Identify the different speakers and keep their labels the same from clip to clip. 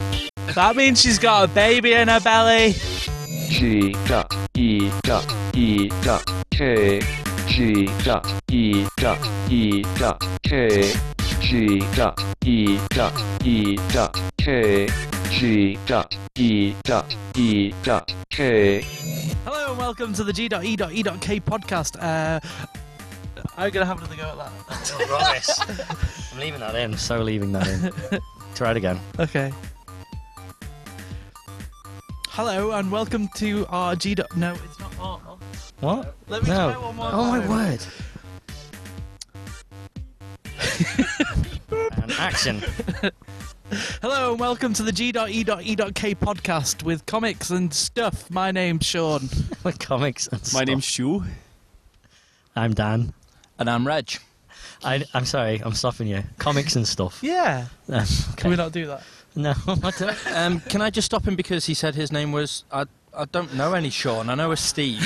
Speaker 1: That means she's got a baby in her belly.
Speaker 2: G dot E dot E dot K. G dot E dot E dot K. G dot E dot E dot K. G dot E dot E dot K.
Speaker 1: Hello and welcome to the E G.E.E.K podcast. Uh, I'm going to have another go at that.
Speaker 3: Rubbish. I'm leaving that in. So leaving that in. Try it again.
Speaker 1: Okay. Hello and welcome to our G. dot- No, it's not. Oh,
Speaker 3: What?
Speaker 1: Let me
Speaker 3: No.
Speaker 1: try one more
Speaker 3: Oh my
Speaker 1: time.
Speaker 3: word. and action.
Speaker 1: Hello and welcome to the E G.E.E.K podcast with comics and stuff. My name's Sean.
Speaker 3: My comics. And
Speaker 4: My
Speaker 3: stuff.
Speaker 4: name's Shu,
Speaker 3: I'm Dan.
Speaker 4: and I'm Reg.
Speaker 3: I, I'm sorry. I'm stopping you. Comics and stuff.
Speaker 1: Yeah.
Speaker 3: Um,
Speaker 1: Can
Speaker 3: okay.
Speaker 1: we not do that?
Speaker 3: No. I don't.
Speaker 4: Um, can I just stop him because he said his name was I? I don't know any Sean. I know a Steve.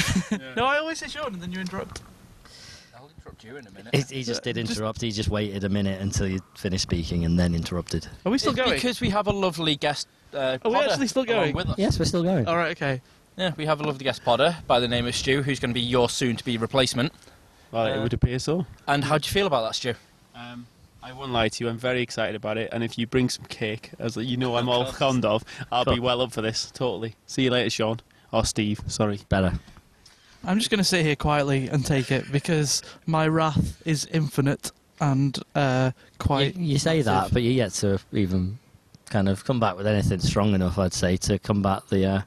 Speaker 1: No, I always say Sean and then you interrupt.
Speaker 4: I'll interrupt you in a minute.
Speaker 3: He, he just did interrupt. He just waited a minute until you finished speaking and then interrupted.
Speaker 1: Are we still
Speaker 4: It's
Speaker 1: going?
Speaker 4: because we have a lovely guest. Uh,
Speaker 1: Are we
Speaker 4: podder
Speaker 1: actually still
Speaker 4: along
Speaker 1: going?
Speaker 4: With us.
Speaker 3: Yes, we're still going.
Speaker 1: All right, okay.
Speaker 4: Yeah, we have a lovely guest podder by the name of Stu, who's going to be your soon-to-be replacement.
Speaker 5: Well,
Speaker 4: Uh,
Speaker 5: it would appear so.
Speaker 4: And how do you feel about that, Stu?
Speaker 5: Um, I won't lie to you. I'm very excited about it. And if you bring some cake, as you know, I'm all fond of, I'll be
Speaker 3: Cool.
Speaker 5: well up for this. Totally. See you later, Sean or Steve. Sorry.
Speaker 3: Better.
Speaker 1: I'm just going to sit here quietly and take it because my wrath is infinite and uh,
Speaker 3: You,
Speaker 1: quite.
Speaker 3: you say that,
Speaker 1: massive.
Speaker 3: but you yet to even kind of come back with anything strong enough, I'd say, to combat the uh,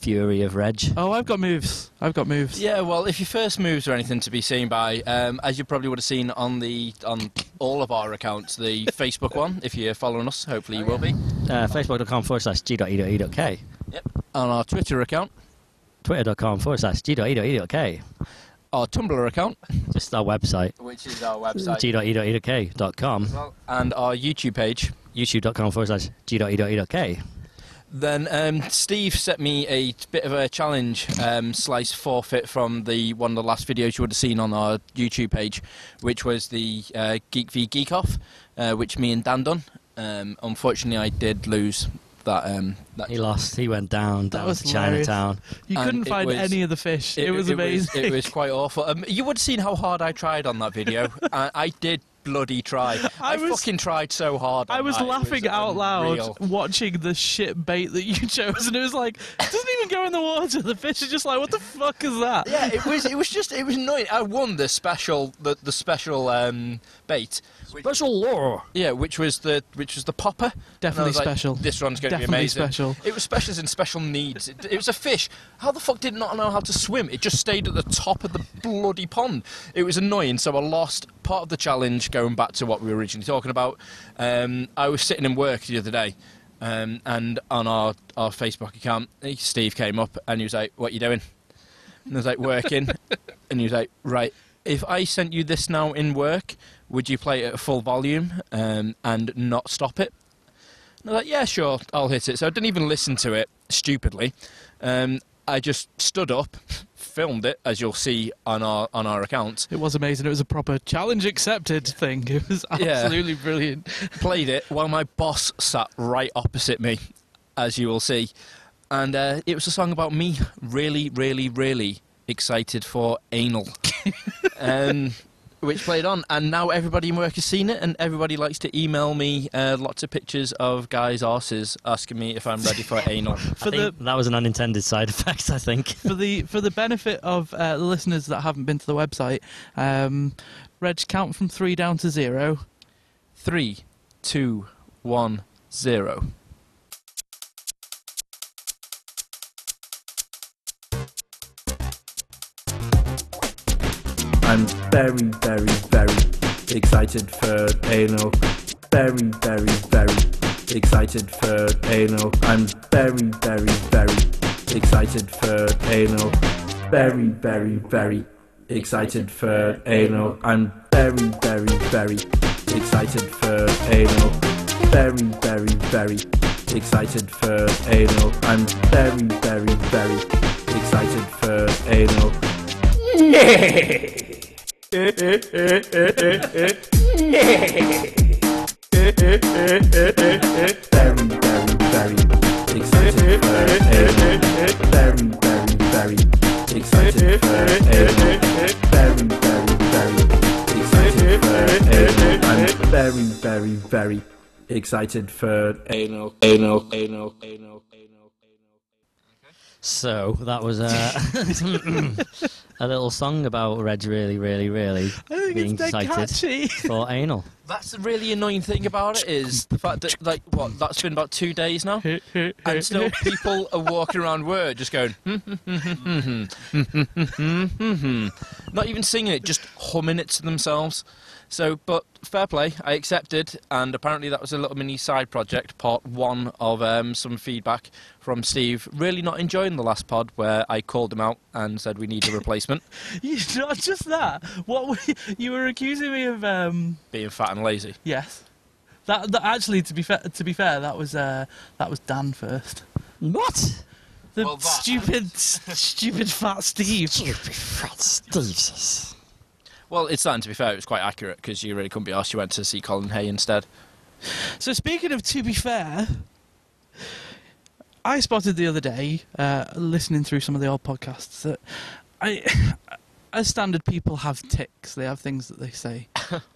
Speaker 3: fury of Reg.
Speaker 1: Oh, I've got moves. I've got moves.
Speaker 4: Yeah, well, if your first moves are anything to be seen by, um, as you probably would have seen on the on all of our accounts, the Facebook one, if you're following us, hopefully you will be,
Speaker 3: Uh, Facebook.com forward slash E g.e.e.k.
Speaker 4: on our Twitter account,
Speaker 3: Twitter.com forward slash E g.e.e.k.
Speaker 4: our Tumblr account,
Speaker 3: Just our website, E
Speaker 4: which is our
Speaker 3: g.e.e.k.com.
Speaker 4: well, and our YouTube page.
Speaker 3: YouTube.com forward slash E g.e.e.k.
Speaker 4: Then um, Steve set me a t- bit of a challenge, um, slice forfeit from the one of the last videos you would have seen on our YouTube page, which was the uh, Geek v Geek Off, uh, which me and Dan done. Um, unfortunately, I did lose that. Um, that
Speaker 3: He lost. He went down,
Speaker 1: That
Speaker 3: down
Speaker 1: was
Speaker 3: to Chinatown.
Speaker 1: You
Speaker 4: And
Speaker 1: couldn't
Speaker 4: it
Speaker 1: find
Speaker 4: was-
Speaker 1: any of the fish. It, was amazing.
Speaker 4: It was, quite awful. Um, you would have seen how hard I tried on that video. I, I did bloody try. I,
Speaker 1: I was-
Speaker 4: fucking tried so hard. on
Speaker 1: I was
Speaker 4: that. It
Speaker 1: laughing out
Speaker 4: unreal.
Speaker 1: loud watching the shit bait that you chose, and it was like, it doesn't even go in the water. The fish are just like, what the fuck is that?
Speaker 4: Yeah, it was. It was just. It was annoying. I won the special. The, the special um, bait. which-
Speaker 3: Special lore.
Speaker 4: Yeah, which was the which was the popper. And I
Speaker 1: Definitely
Speaker 4: was like,
Speaker 1: special.
Speaker 4: This one's going to be
Speaker 1: Definitely
Speaker 4: amazing.
Speaker 1: special.
Speaker 4: It was special as in special needs. It, it was a fish. How the fuck did it not know how to swim? It just stayed at the top of the bloody pond. It was annoying. So I lost part of the challenge. Going back to what we were originally talking about, um, I was sitting in work the other day. Um, and on our, our Facebook account, eh, Steve came up and he was like, "What you doing?" And I was like, "Working." and he was like, "Right, if I sent you this now in work, would you play it at full volume um, and not stop it? And I was like, Uh, yeah, sure, I'll hit it. So I didn't even listen to it, stupidly. Um, I just stood up, filmed it, as you'll see on our on our account,
Speaker 1: It was amazing. It was a proper challenge accepted thing. It was
Speaker 4: Yeah.
Speaker 1: absolutely brilliant.
Speaker 4: played it while my boss sat right opposite me, as you will see. And uh, it was a song about me really, really, really excited for anal, um, which played on. And now everybody in work has seen it, and everybody likes to email me uh, lots of pictures of guys' arses asking me if I'm ready for anal.
Speaker 1: For
Speaker 3: I think that was an unintended side effect, I think.
Speaker 1: for the for the benefit of uh, listeners that haven't been to the website, um, Reg, count from three down to zero.
Speaker 4: Three, two, one, zero.
Speaker 6: I'm very, very, very excited for anal. Very, very, very excited for anal. I'm very, very, very excited for anal. Very, very, very excited for anal. I'm very, very, very excited for anal. Very, very, very excited for anal. I'm very, very, very excited for anal. very, very, very excited for anal. Very, very, very excited for anal. Very, very, very excited for anal. I'm very, very, very excited for anal, anal, anal, anal, anal.
Speaker 3: So that was a, a little song about Reg really, really, really
Speaker 1: I think
Speaker 3: being
Speaker 1: it's dead catchy.
Speaker 3: excited for anal.
Speaker 4: That's the really annoying thing about it is the fact that like what that's been about two days now, and still people are walking around word just going, "Hmm, hmm, hmm, hmm, hmm, hmm, hmm, hmm, hmm, hmm, hmm." not even singing it, just humming it to themselves. So, but fair play, I accepted, and apparently that was a little mini side project, part one of um, some feedback from Steve. Really not enjoying the last pod where I called him out and said we need a replacement,
Speaker 1: You- Not just that. What we, you were accusing me of? Um,
Speaker 4: being fat and lazy.
Speaker 1: yes. That, that actually, to be fair, to be fair, that was uh, that was Dan first.
Speaker 3: What?
Speaker 1: The
Speaker 4: Well, that-
Speaker 1: stupid, stupid fat Steve.
Speaker 3: Jesus.
Speaker 4: Well, it's that, and to be fair, it was quite accurate because you really couldn't be asked. You went to see Colin Hay instead.
Speaker 1: So speaking of to be fair, I spotted the other day, uh, listening through some of the old podcasts, that I, as standard people have ticks. They have things that they say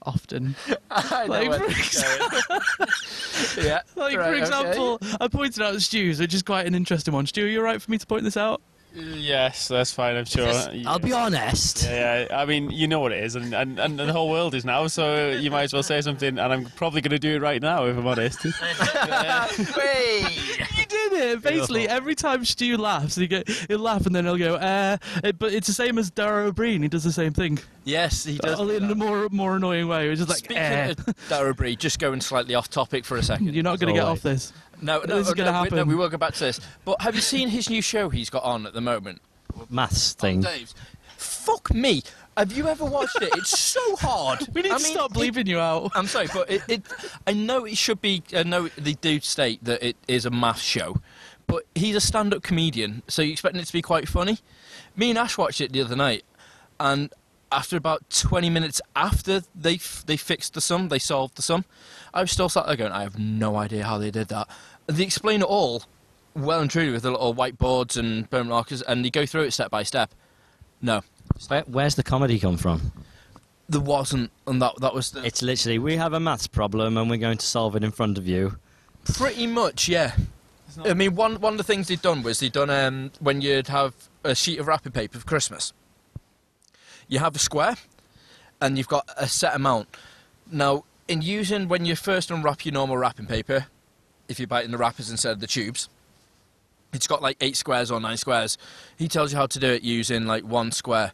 Speaker 1: often.
Speaker 4: I
Speaker 1: know Like, where for this
Speaker 4: yeah.
Speaker 1: Like for example, I pointed out Stu's, which is quite an interesting one. Stu, are you alright for me to point this out?
Speaker 5: Yes, that's fine. I'm sure.
Speaker 3: I'll be honest.
Speaker 5: Yeah, yeah, I mean, you know what it is, and, and, and the whole world is now, so you might as well say something, and I'm probably going to do it right now, if I'm honest.
Speaker 1: He did it. Basically, every time Stu laughs, he go, he'll laugh and then he'll go, uh, it- but it's the same as Dara O'Brien. He does the same thing,
Speaker 4: yes, he does.
Speaker 1: only in a more more annoying way. It's just like,
Speaker 4: Speaking
Speaker 1: eh,
Speaker 4: of Darabry, just going slightly off topic for a second.
Speaker 1: you're not going to get off this.
Speaker 4: no, no,
Speaker 1: this is
Speaker 4: no,
Speaker 1: gonna
Speaker 4: we- no,
Speaker 1: happen.
Speaker 4: we will go back to this. But have you seen his new show he's got on at the moment?
Speaker 3: Maths thing.
Speaker 4: Dave's. Fuck me. Have you ever watched it? It's so hard.
Speaker 1: We need
Speaker 4: I
Speaker 1: to
Speaker 4: mean,
Speaker 1: stop
Speaker 4: it-
Speaker 1: bleeping you out.
Speaker 4: I'm sorry, but it, it. I know it should be. I know they do state that it is a math show, but he's a stand-up comedian, so you're expecting it to be quite funny. Me and Ash watched it the other night, and after about 20 minutes after they f- they fixed the sum, they solved the sum, I was still sat there going, I have no idea how they did that. And they explain it all well and truly with the little whiteboards and bone markers, and they go through it step by step. No,
Speaker 3: Where, where's the comedy come from?
Speaker 4: there wasn't, and that that was the,
Speaker 3: It's literally we have a maths problem and we're going to solve it in front of you.
Speaker 4: Pretty much, yeah. I mean, one one of the things they'd done was they'd done um, when you'd have a sheet of wrapping paper for Christmas. You have a square, and you've got a set amount. Now, in using when you first unwrap your normal wrapping paper, if you're biting the wrappers instead of the tubes, it's got like eight squares or nine squares. He tells you how to do it using like one square,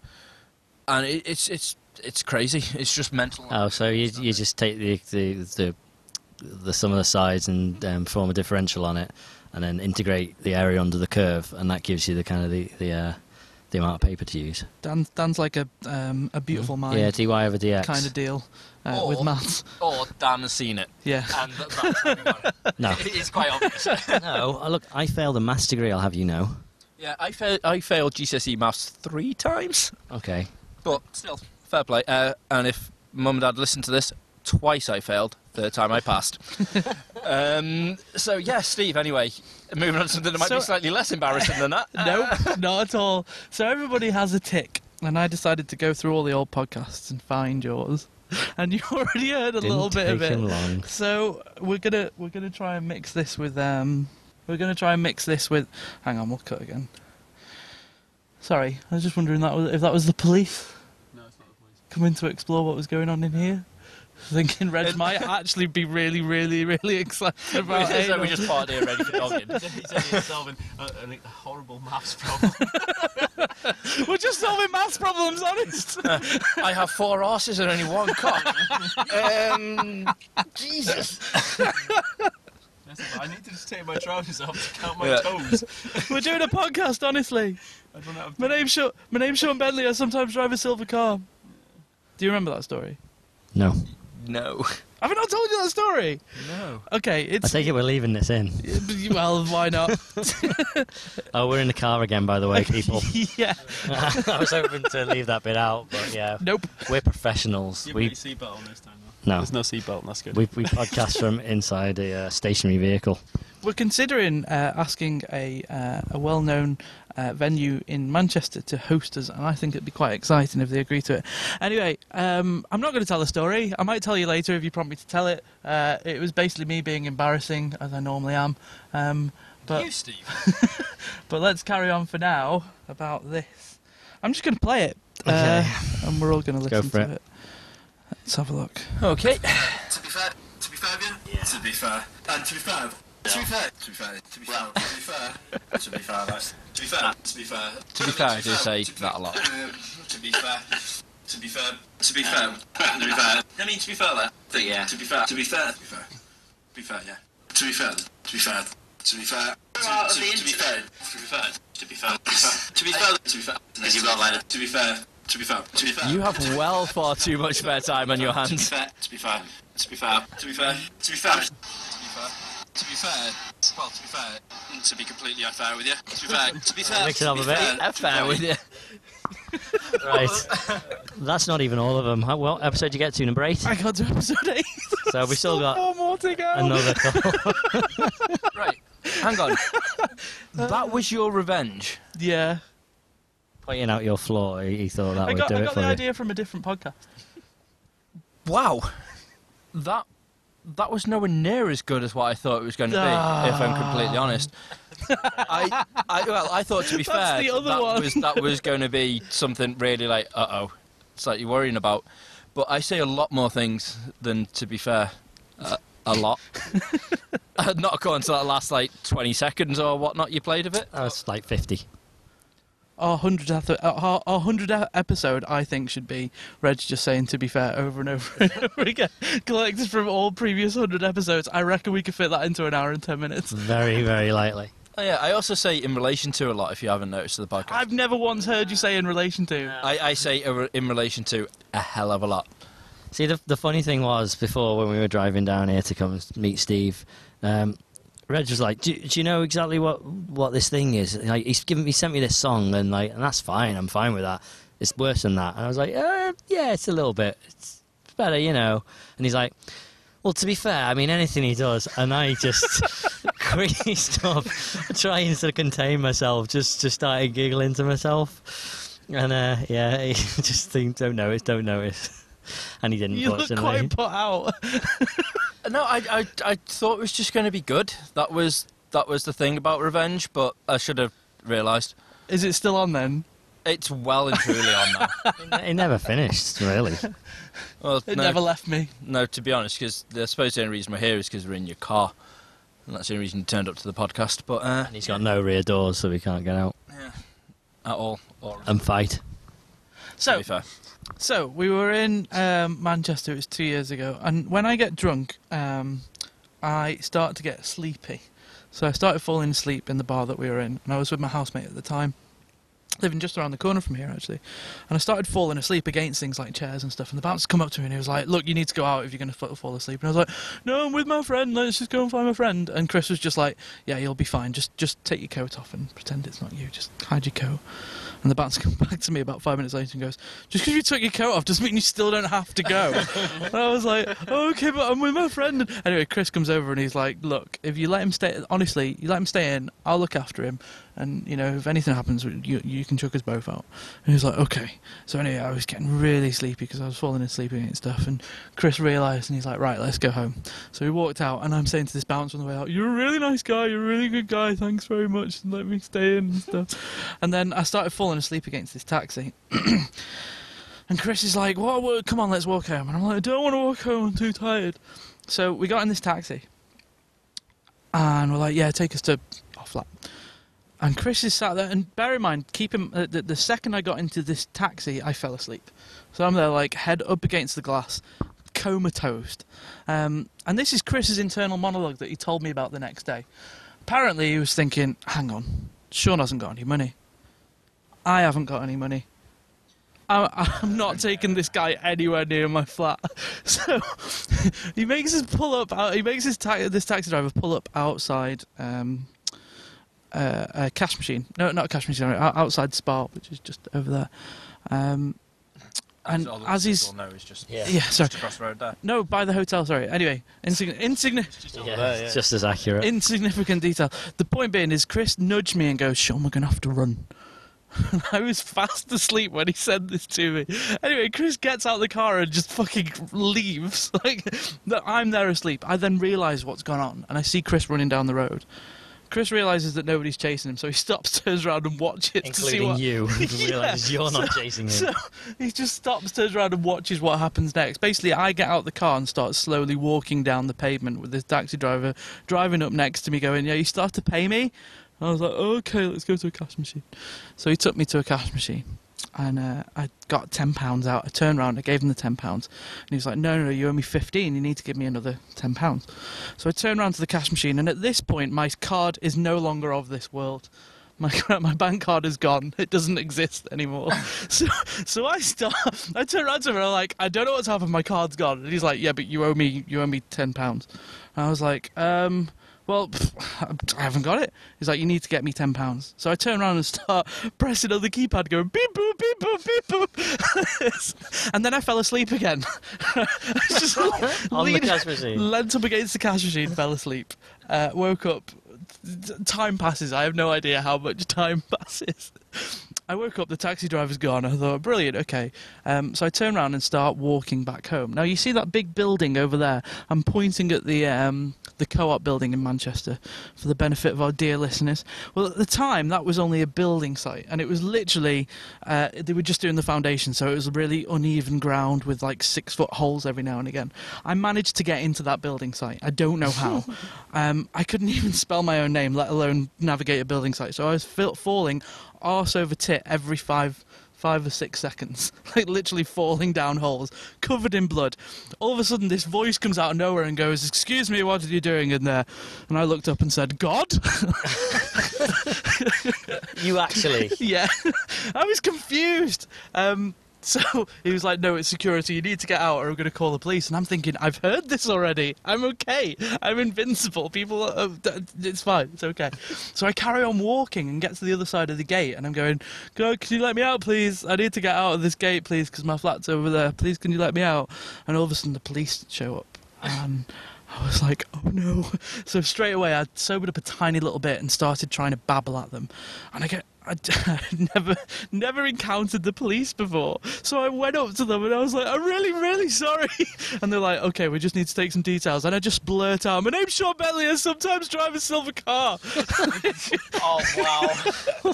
Speaker 4: and it, it's it's it's crazy. It's just mental.
Speaker 3: Oh, so you you just take the the the, the sum of the sides and um, form a differential on it, and then integrate the area under the curve, and that gives you the kind of the the, uh, the amount of paper to use.
Speaker 1: Dan, Dan's like a um, a beautiful mind
Speaker 3: Mm. yeah, dy over dx.
Speaker 1: kind of deal uh, with
Speaker 4: Or-
Speaker 1: maths.
Speaker 4: Or Dan has seen it,
Speaker 1: Yeah.
Speaker 4: and that- that's how he got it.
Speaker 3: No,
Speaker 4: It is quite obvious.
Speaker 3: no. uh, Look, I failed a maths degree. I'll have you know.
Speaker 4: Yeah, I, fail, I failed GCSE E maths three times,
Speaker 3: Okay.
Speaker 4: but still, fair play. Uh, and if mum and dad listened to this, twice I failed, third time I passed. um, so, yeah, Steve, anyway, moving on to something that might
Speaker 1: So-
Speaker 4: be slightly less embarrassing than that.
Speaker 1: nope, not at all. So everybody has a tick, and I decided to go through all the old podcasts and find yours. And you already heard a
Speaker 3: Didn't
Speaker 1: little bit
Speaker 3: take
Speaker 1: of it.
Speaker 3: him long.
Speaker 1: So we're gonna we're gonna try and mix this with um we're gonna try and mix this with hang on we'll cut again. Sorry, I was just wondering that was, if that was the police
Speaker 5: No, it's not the police.
Speaker 1: coming to explore what was going on in here. Thinking Reg might actually be really, really, really excited about
Speaker 4: so
Speaker 1: anal.
Speaker 4: we just part here ready for dogging.
Speaker 5: solving a, horrible maths problem.
Speaker 1: We're just solving maths problems, honest.
Speaker 4: I have four arses and only one cock. um, Jesus.
Speaker 5: I need to just take my trousers off to count
Speaker 4: Yeah.
Speaker 5: toes.
Speaker 1: We're doing a podcast, honestly.
Speaker 5: I don't have
Speaker 1: My name's Sean, my name's Sean Bentley. I sometimes drive a silver car. Do you remember that story?
Speaker 3: No.
Speaker 4: No.
Speaker 1: Have I not told you that story?
Speaker 4: No.
Speaker 1: Okay,
Speaker 3: I
Speaker 1: it's
Speaker 3: take it we're leaving this in.
Speaker 1: well, why not?
Speaker 3: Oh, we're in the car again, by the way, people.
Speaker 1: yeah,
Speaker 3: I was hoping to leave that bit out, but yeah,
Speaker 1: nope.
Speaker 3: we're professionals.
Speaker 5: You
Speaker 3: We
Speaker 5: put your seatbelt on this time, though.
Speaker 3: No,
Speaker 5: There's no seatbelt, and that's good.
Speaker 3: we we podcast from inside a uh, stationary vehicle.
Speaker 1: We're considering uh, asking a uh, a well-known uh, venue in Manchester to host us, and I think it'd be quite exciting if they agree to it. Anyway, um, I'm not going to tell the story. I might tell you later if you prompt me to tell it. Uh, it was basically me being embarrassing, as I normally am. Um, but
Speaker 4: you, Steve.
Speaker 1: but let's carry on for now about this. I'm just going to play it, uh, and we're all going to
Speaker 3: Go
Speaker 1: listen
Speaker 3: for
Speaker 1: to
Speaker 3: it.
Speaker 1: it. Let's have a look.
Speaker 4: Okay.
Speaker 7: To be fair, to be fair, yeah. To be fair, and to be fair, to be fair, to be fair, to be fair, to be fair, to be fair, like, to be fair, to be fair,
Speaker 4: To be fair, I do say that a lot.
Speaker 7: Um, to be fair, to be fair, to be fair, to be fair. I mean, to be fair, like, think, yeah. To be fair, to be fair, to be fair, to be fair, yeah. To be fair, to be fair, to be fair, to, to, to be fair, to be fair, to be fair, to be fair, to be fair, because you've got like, to be fair, to be fair, to be fair.
Speaker 4: You have well far too much spare time on your
Speaker 7: To be
Speaker 4: hands.
Speaker 7: fair, to be fair, to be fair, to be fair, to be fair, to be fair, to be fair, well, to be fair, and to be completely unfair with you, to be fair, to be fair,
Speaker 3: Mix it
Speaker 7: to
Speaker 3: up
Speaker 7: be
Speaker 3: a bit.
Speaker 7: fair,
Speaker 4: F fair with you.
Speaker 3: Right, that's not even all of them. How, well, episode did you get to number eight,
Speaker 1: I got to episode eight.
Speaker 3: so we still got
Speaker 1: Four more to go.
Speaker 3: another couple.
Speaker 4: Right. Hang on. That was your revenge.
Speaker 1: Yeah.
Speaker 3: Pointing out your flaw, he, he thought that
Speaker 1: I
Speaker 3: would
Speaker 1: got,
Speaker 3: do
Speaker 1: I
Speaker 3: it
Speaker 1: got
Speaker 3: for
Speaker 1: the
Speaker 3: you.
Speaker 1: idea from a different podcast.
Speaker 4: Wow. That that was nowhere near as good as what I thought it was going to be. if I'm completely honest. I, I well, I thought to be
Speaker 1: That's
Speaker 4: fair,
Speaker 1: the other
Speaker 4: that
Speaker 1: one.
Speaker 4: was that was going to be something really like uh oh, slightly worrying about. But I say a lot more things than to be fair, uh, a lot. Uh, Not according to that last like 20 seconds or whatnot you played of it.
Speaker 3: That's like fifty.
Speaker 1: Our hundredth eth- our our hundredth episode, I think, should be Reg just saying "to be fair" over and over and over again, collected from all previous hundred episodes. I reckon we could fit that into an hour and ten minutes.
Speaker 3: Very, very lightly.
Speaker 4: Oh, yeah, I also say in relation to a lot. If you haven't noticed the podcast,
Speaker 1: I've never once heard you say in relation to.
Speaker 4: I, I say a- in relation to a hell of a lot.
Speaker 3: See, the, the funny thing was before when we were driving down here to come and meet Steve, um, Reg was like, do, "Do you know exactly what what this thing is?" Like he's given, he sent me this song, and like, and that's fine. I'm fine with that. It's worse than that. And I was like, uh, "Yeah, it's a little bit. It's better, you know." And he's like. Well, to be fair, I mean anything he does, and I just creased up, trying to contain myself, just just started giggling to myself, and uh, yeah, he just think, don't notice, don't notice, and he didn't.
Speaker 1: You look
Speaker 3: fortunately.
Speaker 1: quite put out.
Speaker 4: No, I, I, I thought it was just going to be good. That was that was the thing about revenge, but I should have realised
Speaker 1: Is it still on then?
Speaker 4: it's well and truly on now.
Speaker 3: It never finished, really.
Speaker 4: Well,
Speaker 1: It
Speaker 4: no,
Speaker 1: never left me.
Speaker 4: no, to be honest, because I suppose the only reason we're here is because we're in your car, and that's the only reason you turned up to the podcast. But uh,
Speaker 3: And he's got no rear doors, so he can't get out
Speaker 4: at all, or
Speaker 3: and fight.
Speaker 4: to
Speaker 1: So
Speaker 4: be fair,
Speaker 1: So we were in um, Manchester. It was two years ago, and when I get drunk, um, I start to get sleepy. So I started falling asleep in the bar that we were in, and I was with my housemate at the time, living just around the corner from here actually. And I started falling asleep against things like chairs and stuff. And the bouncer come up to me and he was like, "Look, you need to go out if you're going to fall asleep." And I was like, "No, I'm with my friend. Let's just go and find my friend." And Chris was just like, "Yeah, you'll be fine. Just just take your coat off and pretend it's not you. Just hide your coat." And the bouncer comes back to me about five minutes later and goes, "Just because you took your coat off doesn't mean you still don't have to go." and I was like, "Oh, "Okay, but I'm with my friend." And anyway, Chris comes over and he's like, "Look, if you let him stay, honestly, you let him stay in, I'll look after him, and you know if anything happens, you you can chuck us both out." And he's like, "Okay." So anyway, I was getting really sleepy because I was falling asleep and stuff, and Chris realised and he's like, "Right, let's go home." So we walked out, and I'm saying to this bouncer on the way out, "You're a really nice guy. You're a really good guy. Thanks very much, and let me stay in and stuff." And then I started falling asleep against this taxi. and Chris is like, "What? what- Come on, let's walk home." And I'm like, "I don't want to walk home. I'm too tired." So we got in this taxi, and we're like, "Yeah, take us to our flat." And Chris is sat there, and bear in mind, keep him. Uh, the, the second I got into this taxi, I fell asleep. So I'm there, like head up against the glass, comatose. Um, and this is Chris's internal monologue that he told me about the next day. Apparently, he was thinking, "Hang on, Sean hasn't got any money. I haven't got any money. I, I'm not taking this guy anywhere near my flat. So he makes us pull up. Out, he makes his ta- this taxi driver pull up outside um, uh, a cash machine. No, not a cash machine. sorry, o- Outside Spa, which is just over there. Um, and
Speaker 7: All the
Speaker 1: as he's
Speaker 7: people know is just
Speaker 1: yeah, sorry,
Speaker 7: just across the road there.
Speaker 1: no, by the hotel. Sorry. Anyway, insign- insignificant.
Speaker 3: Yeah, it's just as accurate.
Speaker 1: insignificant detail. The point being is, Chris nudged me and goes, "Sean, we're gonna have to run." I was fast asleep when he said this to me. Anyway, Chris gets out of the car and just fucking leaves. Like, that I'm there asleep. I then realise what's gone on, and I see Chris running down the road. Chris realises that nobody's chasing him, so he stops, turns around, and watches to see
Speaker 3: including
Speaker 1: what.
Speaker 3: you, and realizes you're not chasing him.
Speaker 1: So he just stops, turns around, and watches what happens next. Basically, I get out the car and start slowly walking down the pavement with this taxi driver driving up next to me, going, "Yeah, you start to pay me." And I was like, "Okay, let's go to a cash machine." So he took me to a cash machine, and uh, I got ten pounds out. I turned around, I gave him the ten pounds, and he was like, "No, no, no, you owe me fifteen. You need to give me another ten pounds." So I turn around to the cash machine, and at this point, my card is no longer of this world. My, my bank card is gone. It doesn't exist anymore. so so I start. I turn around to him and I'm like, I don't know what's happened. My card's gone. And he's like, Yeah, but you owe me. You owe me ten pounds. And I was like, Um, well, pff, I haven't got it. He's like, You need to get me ten pounds. So I turn around and start pressing on the keypad, going beep boop beep boop beep boop, and then I fell asleep again. I was just
Speaker 3: On the
Speaker 1: leaning-
Speaker 3: cash machine.
Speaker 1: Leant up against the cash machine, fell asleep. Uh, woke up. T- Time passes. I have no idea how much time passes. I woke up. The taxi driver's gone. I thought, brilliant. Okay. Um, so I turn around and start walking back home. Now you see that big building over there. I'm pointing at the um, the co-op building in Manchester for the benefit of our dear listeners. Well, at the time that was only a building site, and it was literally uh, they were just doing the foundation, so it was really uneven ground with like six foot holes every now and again. I managed to get into that building site. I don't know how. um, I couldn't even spell my own name, let alone navigate a building site. So I was fil- falling arse over tit every five five or six seconds, like literally falling down holes, covered in blood. All of a sudden, this voice comes out of nowhere and goes, "Excuse me, what are you doing in there?" And I looked up and said, "God."
Speaker 3: You actually.
Speaker 1: yeah, I was confused. Um, so he was like, "No, it's security. You need to get out, or I'm going to call the police." And I'm thinking, "I've heard this already. I'm okay. I'm invincible. People, are, uh, it's fine. It's okay." So I carry on walking and get to the other side of the gate, and I'm going, "God, can you let me out, please? I need to get out of this gate, please, because my flat's over there. Please, can you let me out?" And all of a sudden, the police show up, and. I was like, oh no. So straight away, I sobered up a tiny little bit and started trying to babble at them. And I get. I never, never encountered the police before, so I went up to them and I was like, "I'm really, really sorry." And they're like, "Okay, we just need to take some details." And I just blurt out, "My name's Sean Bentley. I sometimes drive a silver car."
Speaker 8: Oh wow!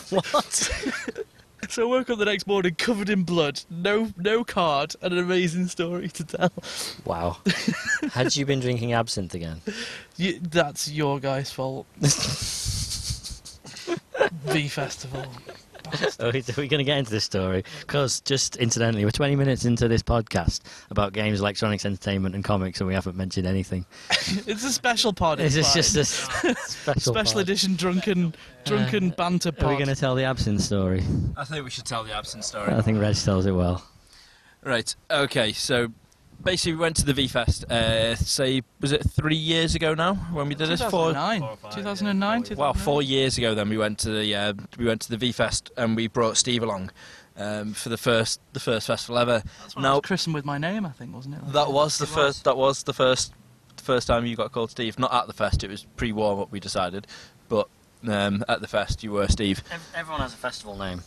Speaker 1: So I woke up the next morning covered in blood, no, no card, and an amazing story to tell.
Speaker 3: Wow. Had you been drinking absinthe again?
Speaker 1: You, that's your guy's fault. the festival.
Speaker 3: Are we, are we going to get into this story? Because, just incidentally, we're 20 minutes into this podcast about games, electronics, entertainment, and comics, and we haven't mentioned anything.
Speaker 1: It's a special pod.
Speaker 3: This
Speaker 1: It's
Speaker 3: is
Speaker 1: fine.
Speaker 3: just a s- special,
Speaker 1: special
Speaker 3: pod.
Speaker 1: edition drunken, drunken banter pod.
Speaker 3: Are we going to tell the absinthe story?
Speaker 7: I think we should tell the absent story.
Speaker 3: I think Reg tells it well.
Speaker 7: Right. Okay. So basically, we went to the V Fest. Uh, say, was it three years ago now when we did this? Four.
Speaker 1: 2009. 2009.
Speaker 7: Well, four years ago then we went to the uh, we went to the V Fest and we brought Steve along um, for the first the first festival ever.
Speaker 1: Now,
Speaker 7: Now
Speaker 1: christened with my name, I think, wasn't it?
Speaker 7: that was the
Speaker 1: It was.
Speaker 7: first that was the first the first time you got called Steve. Not at the fest. It was pre warm up. We decided, but um, at the fest you were Steve.
Speaker 3: Ev- Everyone has a festival name.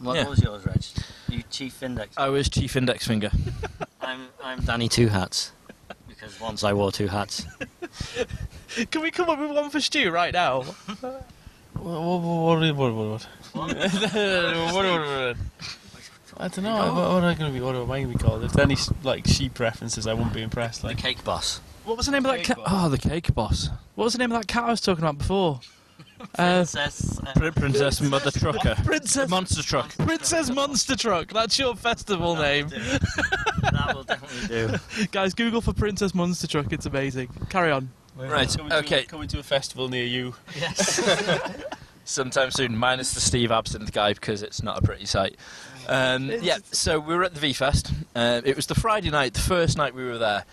Speaker 3: What,
Speaker 7: Yeah.
Speaker 3: what was yours, Reg? You Chief Index.
Speaker 7: I was Chief Index Finger.
Speaker 3: I'm, I'm Danny Two Hats. Because once I wore two hats.
Speaker 1: Can we come up with one for Stu right now?
Speaker 5: What? What? What? What? What? What? what? I don't know. What, what am I going to be? What am I going to be called? If there's any like sheep references, I wouldn't be impressed.
Speaker 3: The
Speaker 5: Like
Speaker 3: Cake Boss.
Speaker 1: What was the name of that
Speaker 7: Cake
Speaker 1: cat?
Speaker 7: boss.
Speaker 1: Oh, the cake boss. What was the name of that cat I was talking about before? Uh,
Speaker 3: Princess. uh,
Speaker 7: Prin- Princess Mother Trucker.
Speaker 1: Princess
Speaker 7: Monster Truck.
Speaker 1: Princess Monster Truck. That's your festival name,
Speaker 3: that will definitely do.
Speaker 1: guys. Google for Princess Monster Truck. It's amazing. Carry on.
Speaker 7: Right.
Speaker 5: coming
Speaker 7: Okay.
Speaker 5: To, coming to a festival near you.
Speaker 7: sometime soon, minus the Steve Absinthe guy because it's not a pretty sight. Um, yeah, so we were at the V Fest. Uh, it was the Friday night, the first night we were there.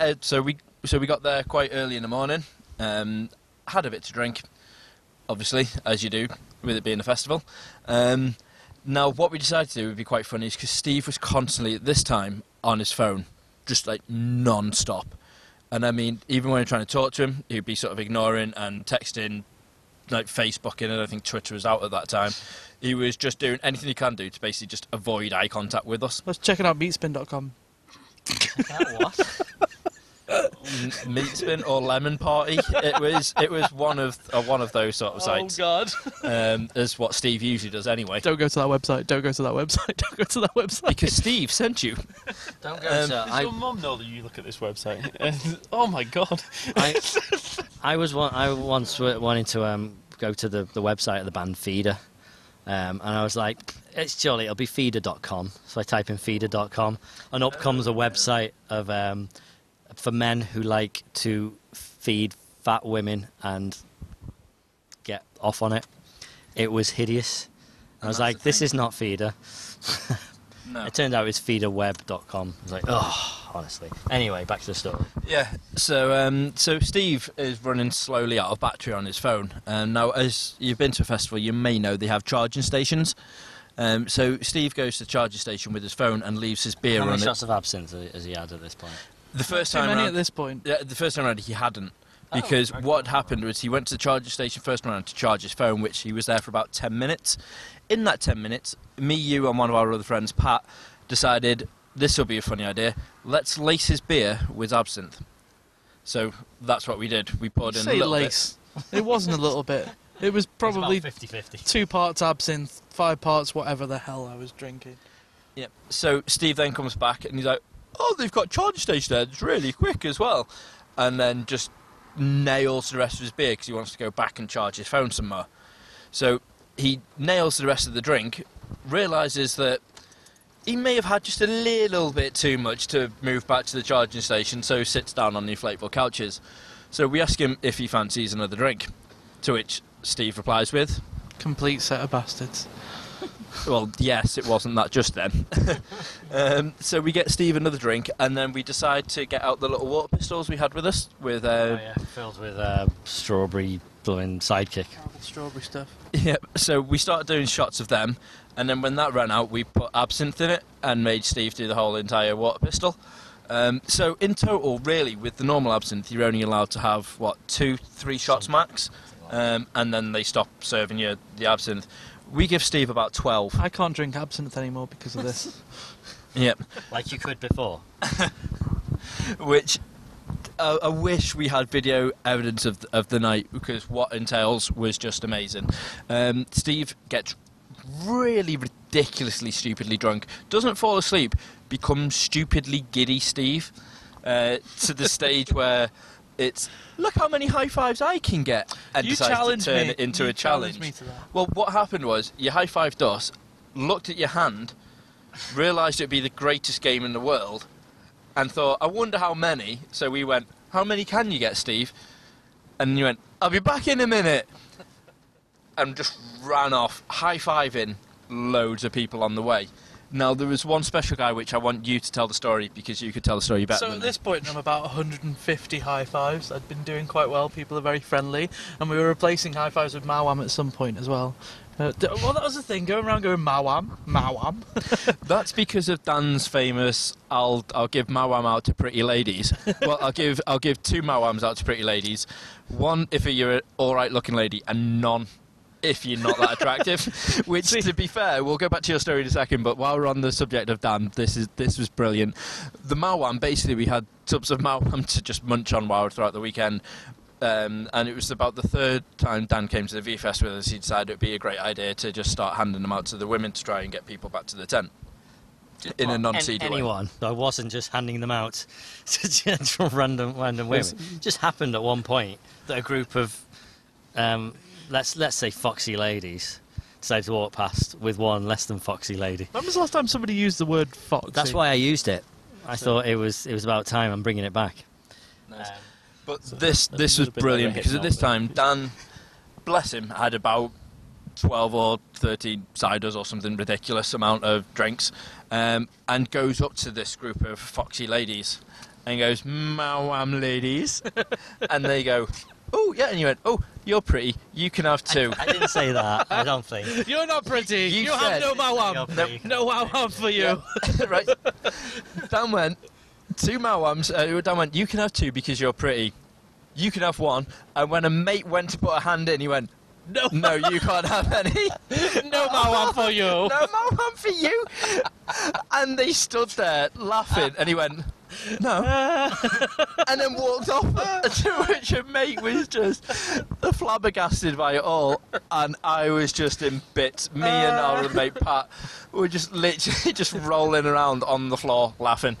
Speaker 7: Uh, so we so we got there quite early in the morning. Um, had a bit to drink, obviously, as you do with it being a festival. Um,
Speaker 4: Now, what we decided to do would be quite funny is because Steve was constantly, at this time, on his phone, just like non stop. And I mean, even when we we're trying to talk to him, he'd be sort of ignoring and texting, like Facebooking, and I think Twitter was out at that time. He was just doing anything he can do to basically just avoid eye contact with us.
Speaker 1: Let's check it out, meatspin.com.
Speaker 3: what?
Speaker 4: M- Meat spin or lemon party. It was it was one of uh, one of those sort of sites.
Speaker 5: God.
Speaker 4: Um, as what Steve usually does anyway.
Speaker 1: Don't go to that website. Don't go to that website. Don't go to that website.
Speaker 4: Because Steve sent you.
Speaker 3: Don't go.
Speaker 4: Um,
Speaker 3: to,
Speaker 5: Does
Speaker 3: I,
Speaker 5: your mum know that you look at this website? oh my god.
Speaker 3: I, I was one, I once w- wanted to um, go to the, the website of the band Feeder, um, and I was like, it's jolly, it'll be feeder.com. So I type in feeder.com, and up comes a website of um, for men who like to feed fat women and get off on it. It was hideous. I
Speaker 4: And
Speaker 3: was
Speaker 4: that's
Speaker 3: like,
Speaker 4: the
Speaker 3: this
Speaker 4: thing.
Speaker 3: is not Feeder.
Speaker 4: No.
Speaker 3: It turned out it's feederweb.com. I was like, oh, honestly. Anyway, back to the story.
Speaker 4: Yeah. So um, so Steve is running slowly out of battery on his phone. Um, now, as you've been to a festival, you may know they have charging stations. Um, so Steve goes to the charging station with his phone and leaves his beer
Speaker 3: How
Speaker 4: on
Speaker 3: many
Speaker 4: it.
Speaker 3: shots of absinthe has he had at this point?
Speaker 4: The first
Speaker 1: Too
Speaker 4: time
Speaker 1: many
Speaker 4: round-
Speaker 1: at this point.
Speaker 4: Yeah, the first time round he hadn't. Because what happened was he went to the charging station first round to charge his phone, which he was there for about 10 minutes. In that 10 minutes, me, you, and one of our other friends, Pat, decided this will be a funny idea. Let's lace his beer with absinthe. So that's what we did. We poured in a
Speaker 1: Say
Speaker 4: little bit.
Speaker 1: lace. it wasn't a little bit. It was probably
Speaker 3: 50 50.
Speaker 1: two parts absinthe, five parts whatever the hell I was drinking.
Speaker 4: Yep. So Steve then comes back and he's like, "Oh, they've got charge station there. It's really quick as well," and then just nails the rest of his beer because he wants to go back and charge his phone some more. So he nails the rest of the drink, realizes that he may have had just a little bit too much to move back to the charging station, so sits down on the inflatable couches. So we ask him if he fancies another drink, to which Steve replies with,
Speaker 1: Complete set of bastards.
Speaker 4: well, yes, it wasn't that just then. um, so we get Steve another drink, and then we decide to get out the little water pistols we had with us. With
Speaker 3: Oh,
Speaker 4: uh,
Speaker 3: yeah, filled with uh, strawberry blowing sidekick.
Speaker 1: Strawberry stuff.
Speaker 4: yeah. So we started doing shots of them, and then when that ran out, we put absinthe in it and made Steve do the whole entire water pistol. Um, so in total, really, with the normal absinthe, you're only allowed to have what two, three shots max, um, and then they stop serving you the absinthe. We give Steve about twelve.
Speaker 1: I can't drink absinthe anymore because of this.
Speaker 4: Yep.
Speaker 3: Like you could before.
Speaker 4: which uh, I wish we had video evidence of of the night because what entails was just amazing. Um, Steve gets really ridiculously stupidly drunk, doesn't fall asleep, becomes stupidly giddy. Steve uh, to the stage where. It's look how many high fives I can get, and
Speaker 1: you
Speaker 4: decides to
Speaker 1: challenged
Speaker 4: turn
Speaker 1: me.
Speaker 4: it into
Speaker 1: you
Speaker 4: a challenge.
Speaker 1: challenged Me to that.
Speaker 4: Well, what happened was you high fived us, looked at your hand, realised it'd be the greatest game in the world, and thought, I wonder how many. So we went, How many can you get, Steve? And you went, I'll be back in a minute. And just ran off, high fiving loads of people on the way. Now, there was one special guy which I want you to tell the story because you could tell the story better
Speaker 1: So
Speaker 4: than
Speaker 1: at
Speaker 4: me.
Speaker 1: this point, I'm about 150 high fives. I'd been doing quite well. People are very friendly, and we were replacing high fives with mawam at some point as well. Uh, d- well, that was the thing. Going around going mawam, mawam.
Speaker 4: That's because of Dan's famous I'll I'll give Mawam out to pretty ladies. well, I'll give I'll give two Mawams out to pretty ladies. One if you're an alright looking lady and none if you're not that attractive. Which to be fair, we'll go back to your story in a second, but while we're on the subject of Dan, this is this was brilliant. The Mawam, basically we had tubs of Mawam to just munch on while throughout the weekend. Um, and it was about the third time Dan came to the V Fest with us, he decided it would be a great idea to just start handing them out to the women to try and get people back to the tent in a non
Speaker 3: An-
Speaker 4: seedy way.
Speaker 3: anyone. I wasn't just handing them out to general random random women. It just happened at one point that a group of um, let's let's say foxy ladies decided to walk past with one less than foxy lady.
Speaker 1: When was the last time somebody used the word fox?
Speaker 3: That's why I used it. I thought it was it was about time. I'm bringing it back.
Speaker 4: But this
Speaker 5: that's
Speaker 4: this
Speaker 5: a
Speaker 4: was
Speaker 5: little bit better
Speaker 4: brilliant
Speaker 5: hit
Speaker 4: because at
Speaker 5: now,
Speaker 4: this
Speaker 5: but-
Speaker 4: time Dan, bless him, had about twelve or thirteen ciders or something ridiculous amount of drinks, um, and goes up to this group of foxy ladies, and goes, "Mawam ladies," and they go, oh, yeah. And you went, oh, you're pretty. You can have two.
Speaker 9: I didn't say that. I don't think.
Speaker 1: You're not pretty.
Speaker 4: You
Speaker 1: You, have
Speaker 4: said-
Speaker 1: no
Speaker 9: You're
Speaker 1: wowam.
Speaker 9: pretty.
Speaker 1: No wowam for you.
Speaker 4: right. Dan went, two Mawams. Uh, Dan went, you can have two because you're pretty. You can have one. And when a mate went to put a hand in, he went,
Speaker 1: No,
Speaker 4: no, you can't have any.
Speaker 1: no wowam for you.
Speaker 4: No Mawam for you. And they stood there laughing. And he went, no. and then walked off. To which a mate was just flabbergasted by it all. And I was just in bits. Me and
Speaker 1: Uh.
Speaker 4: our mate Pat were just literally just rolling around on the floor laughing.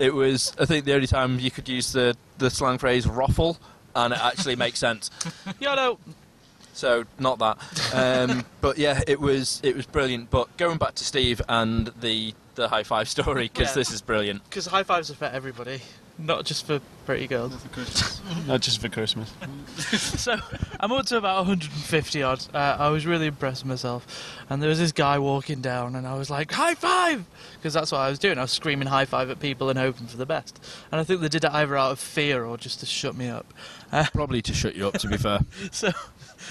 Speaker 4: It was, I think, the only time you could use the, the slang phrase ruffle. And it actually makes sense.
Speaker 1: Yolo.
Speaker 4: So not that, um, but yeah, it was it was brilliant. But going back to Steve and the the high five story because
Speaker 1: Yeah.
Speaker 4: this is brilliant.
Speaker 1: Because high fives are for everybody, not just for pretty girls.
Speaker 5: Not just for Christmas.
Speaker 1: so I'm up to about 150 odd. Uh, I was really impressed with myself. And there was this guy walking down, and I was like, high five! Because that's what I was doing. I was screaming high five at people and hoping for the best. And I think they did it either out of fear or just to shut me up.
Speaker 4: Probably to shut you up, to be fair.
Speaker 1: So,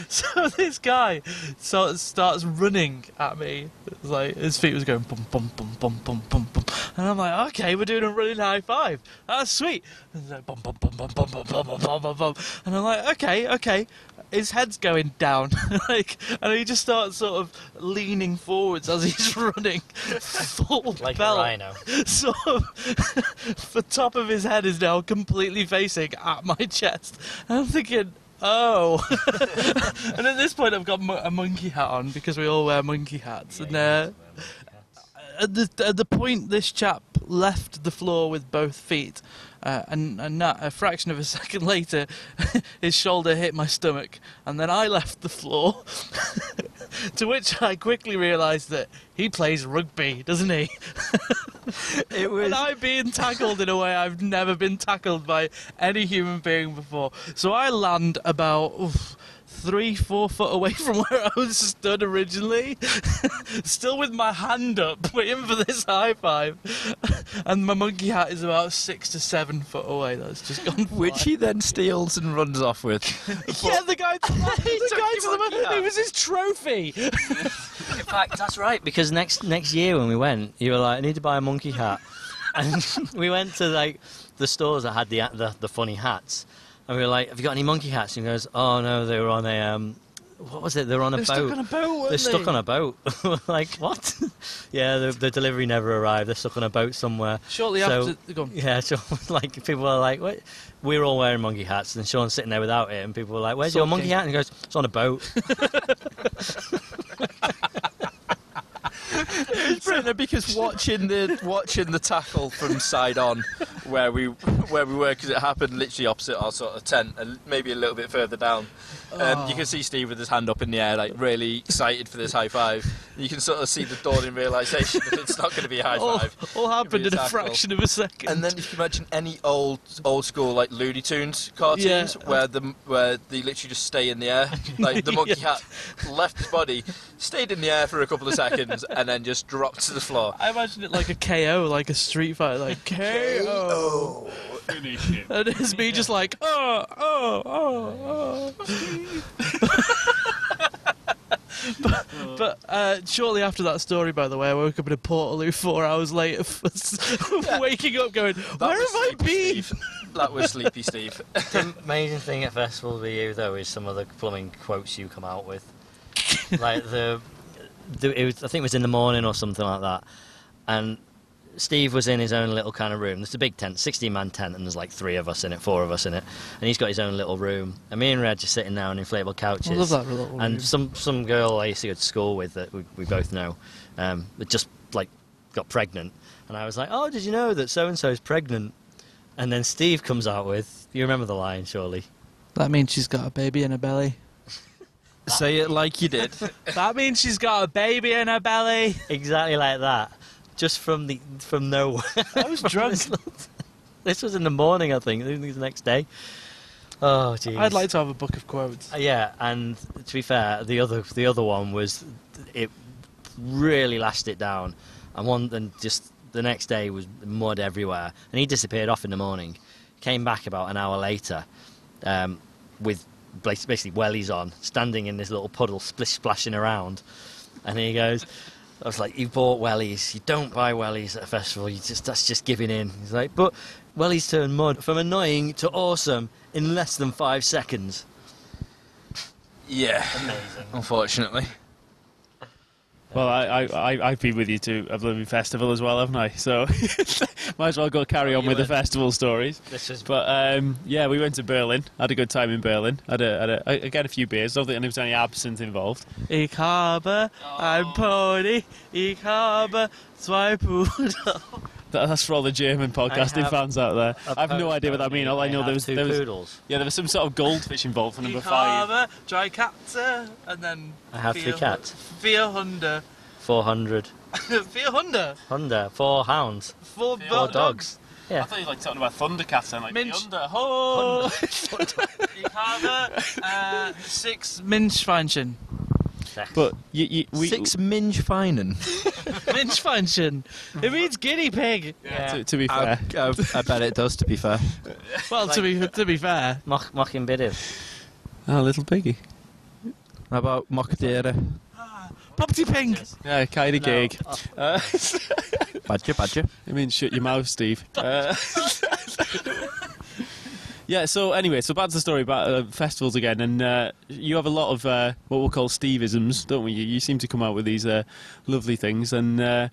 Speaker 1: so this guy so, starts running at me. It's like his feet was going bum bum bum bum bum bum bum, and I'm like, okay, we're doing a running high five. That's sweet. And he's like, bum bum bum bum bum bum bum bum bum bum bum, and I'm like, okay, okay. His head's going down, like, and he just starts sort of leaning forwards as he's running, full
Speaker 9: Like
Speaker 1: belt
Speaker 9: a rhino.
Speaker 1: sort of the top of his head is now completely facing at my chest. And I'm thinking, oh. and at this point, I've got mo- a monkey hat on because we all wear monkey hats. and uh, at, the, at the point this chap left the floor with both feet, uh, and, and not a fraction of a second later, his shoulder hit my stomach, and then I left the floor. to which I quickly realised that he plays rugby, doesn't he?
Speaker 4: It was
Speaker 1: And I'm being tackled in a way I've never been tackled by any human being before. So I land about oof, three, four foot away from where I was stood originally, still with my hand up, waiting for this high five. And my monkey hat is about six to seven foot away. That's just gone.
Speaker 4: which he then steals and runs off with.
Speaker 1: yeah, the guy, the guy to
Speaker 4: took your
Speaker 1: the
Speaker 4: monkey hat.
Speaker 1: it was his trophy.
Speaker 9: In fact, that's right.
Speaker 3: Right, because next next year when we went, you were like, I need to buy a monkey hat, and we went to like the stores that had the the, the funny hats, and we were like, Have you got any monkey hats? And he goes, Oh no, they were on a um, what was it? They were on a
Speaker 1: They're
Speaker 3: boat.
Speaker 1: stuck on a boat. weren't
Speaker 3: they're
Speaker 1: they?
Speaker 3: stuck on a boat. We're like what? yeah, the, the delivery never arrived. They're stuck on a boat somewhere.
Speaker 1: Shortly
Speaker 3: So-
Speaker 1: after, go on.
Speaker 3: Yeah, so like people are like, what? We were all wearing monkey hats, and Sean's sitting there without it, and people were like, "Where's your
Speaker 1: Sulking.
Speaker 3: monkey hat?" And he goes, "It's on a boat."
Speaker 4: It's brilliant because watching the watching the tackle from side on, where we where we were, because it happened literally opposite our sort of tent, and maybe a little bit further down. Um, you can see Steve with his hand up in the air, like really excited for this high five. You can sort of see the dawning realization that it's not going to be a high
Speaker 1: all,
Speaker 4: five.
Speaker 1: all happened in a
Speaker 4: tackle.
Speaker 1: fraction of a second.
Speaker 4: And then if you imagine any old old school like Looney Tunes cartoons
Speaker 1: Yeah.
Speaker 4: where the where they literally just stay in the air, like the monkey hat left his body, stayed in the air for a couple of seconds, and then just dropped to the floor.
Speaker 1: I imagine it like a KO, like a Street Fighter, like KO. And it's me just like, oh, oh, oh, oh. but but uh, shortly after that story, by the way, I woke up in a Portaloo four hours later, waking up going,
Speaker 4: That
Speaker 1: where have
Speaker 4: was
Speaker 1: I
Speaker 4: Sleepy
Speaker 1: been?
Speaker 4: Steve. That was Sleepy Steve.
Speaker 9: The amazing thing at festival with you though is some of the plumbing quotes you come out with. like the, the it was, I think it was in the morning or something like that, and Steve was in his own little kind of room. There's a big tent, 16 man tent, and there's like three of us in it, four of us in it, and he's got his own little room. And me and Red just sitting there on inflatable couches.
Speaker 1: I love that little
Speaker 3: and
Speaker 1: room.
Speaker 3: some some girl I used to go to school with that we, we both know, um, that just like got pregnant, and I was like, oh, did you know that so and so is pregnant? And then Steve comes out with, you remember the line, surely?
Speaker 1: That means she's got a baby in her belly.
Speaker 4: Say it like you did.
Speaker 1: That means she's got a baby in her belly.
Speaker 3: Exactly like that, just from the from nowhere.
Speaker 1: I was drunk.
Speaker 3: this was in the morning, I think. I think it was the next day. Oh, jeez.
Speaker 1: I'd like to have a book of quotes.
Speaker 3: Uh, Yeah, and to be fair, the other the other one was it really lashed it down, and one then just the next day was mud everywhere, and he disappeared off in the morning, came back about an hour later, um, with
Speaker 9: bas- basically wellies on, standing in this little puddle, splish splashing around, and he goes. I was like, you bought wellies. You don't buy wellies at a festival. You just that's just giving in. He's like, but wellies turn mud from annoying to awesome in less than five seconds.
Speaker 4: Yeah. Unfortunately.
Speaker 5: Well, I, I, I, I've been with you to a blooming festival as well, haven't I? So might as well go carry
Speaker 9: Oh,
Speaker 5: on
Speaker 9: you
Speaker 5: with the
Speaker 9: went.
Speaker 5: festival stories.
Speaker 9: This is
Speaker 5: But um, yeah, we went to Berlin. Had a good time in Berlin. Had a, had a I- again a few beers. Don't think there was any absinthe involved.
Speaker 1: Ich habe ein Pony, ich habe zwei Pudel.
Speaker 5: That, that's for all the German podcasting
Speaker 9: have
Speaker 5: fans out there.
Speaker 9: a
Speaker 5: I've no
Speaker 9: post
Speaker 5: idea what that
Speaker 9: on
Speaker 5: means.
Speaker 9: me.
Speaker 5: All I know
Speaker 9: have
Speaker 5: there was
Speaker 9: two
Speaker 5: there was
Speaker 9: poodles.
Speaker 5: yeah there was some sort of goldfish involved for number
Speaker 1: Ich
Speaker 5: five.
Speaker 1: habe drei Katze and then
Speaker 9: I have three
Speaker 1: vier-
Speaker 9: cats.
Speaker 1: Vier Hunde.
Speaker 9: Four hundred
Speaker 1: vier Hunde.
Speaker 9: Honda, four hounds, four
Speaker 1: Four, Bulldog-
Speaker 9: dogs.
Speaker 5: I thought you were like talking about Thundercats and like
Speaker 1: Minch.
Speaker 5: Thunder. Ho!
Speaker 1: Ich habe uh, six Minchfeinchen.
Speaker 5: But you, you, we,
Speaker 4: Six minge fining.
Speaker 1: Minchfeinchen. It means guinea pig.
Speaker 9: Yeah.
Speaker 5: to, to be
Speaker 9: Uh,
Speaker 5: fair,
Speaker 8: I, I bet it does, to be fair.
Speaker 1: Well, to be to be fair,
Speaker 9: Mock, mocking bidders.
Speaker 5: oh, little piggy.
Speaker 8: How about Mockadera?
Speaker 1: Popty Pink.
Speaker 5: Yeah, kind of gig. Uh,
Speaker 8: Badger, badger.
Speaker 5: I mean, shut your mouth, Steve. Uh, yeah. So anyway, so back to the story about uh, festivals again, and uh, you have a lot of uh, what we'll call Steveisms, don't we? You, you seem to come out with these uh, lovely things, and uh,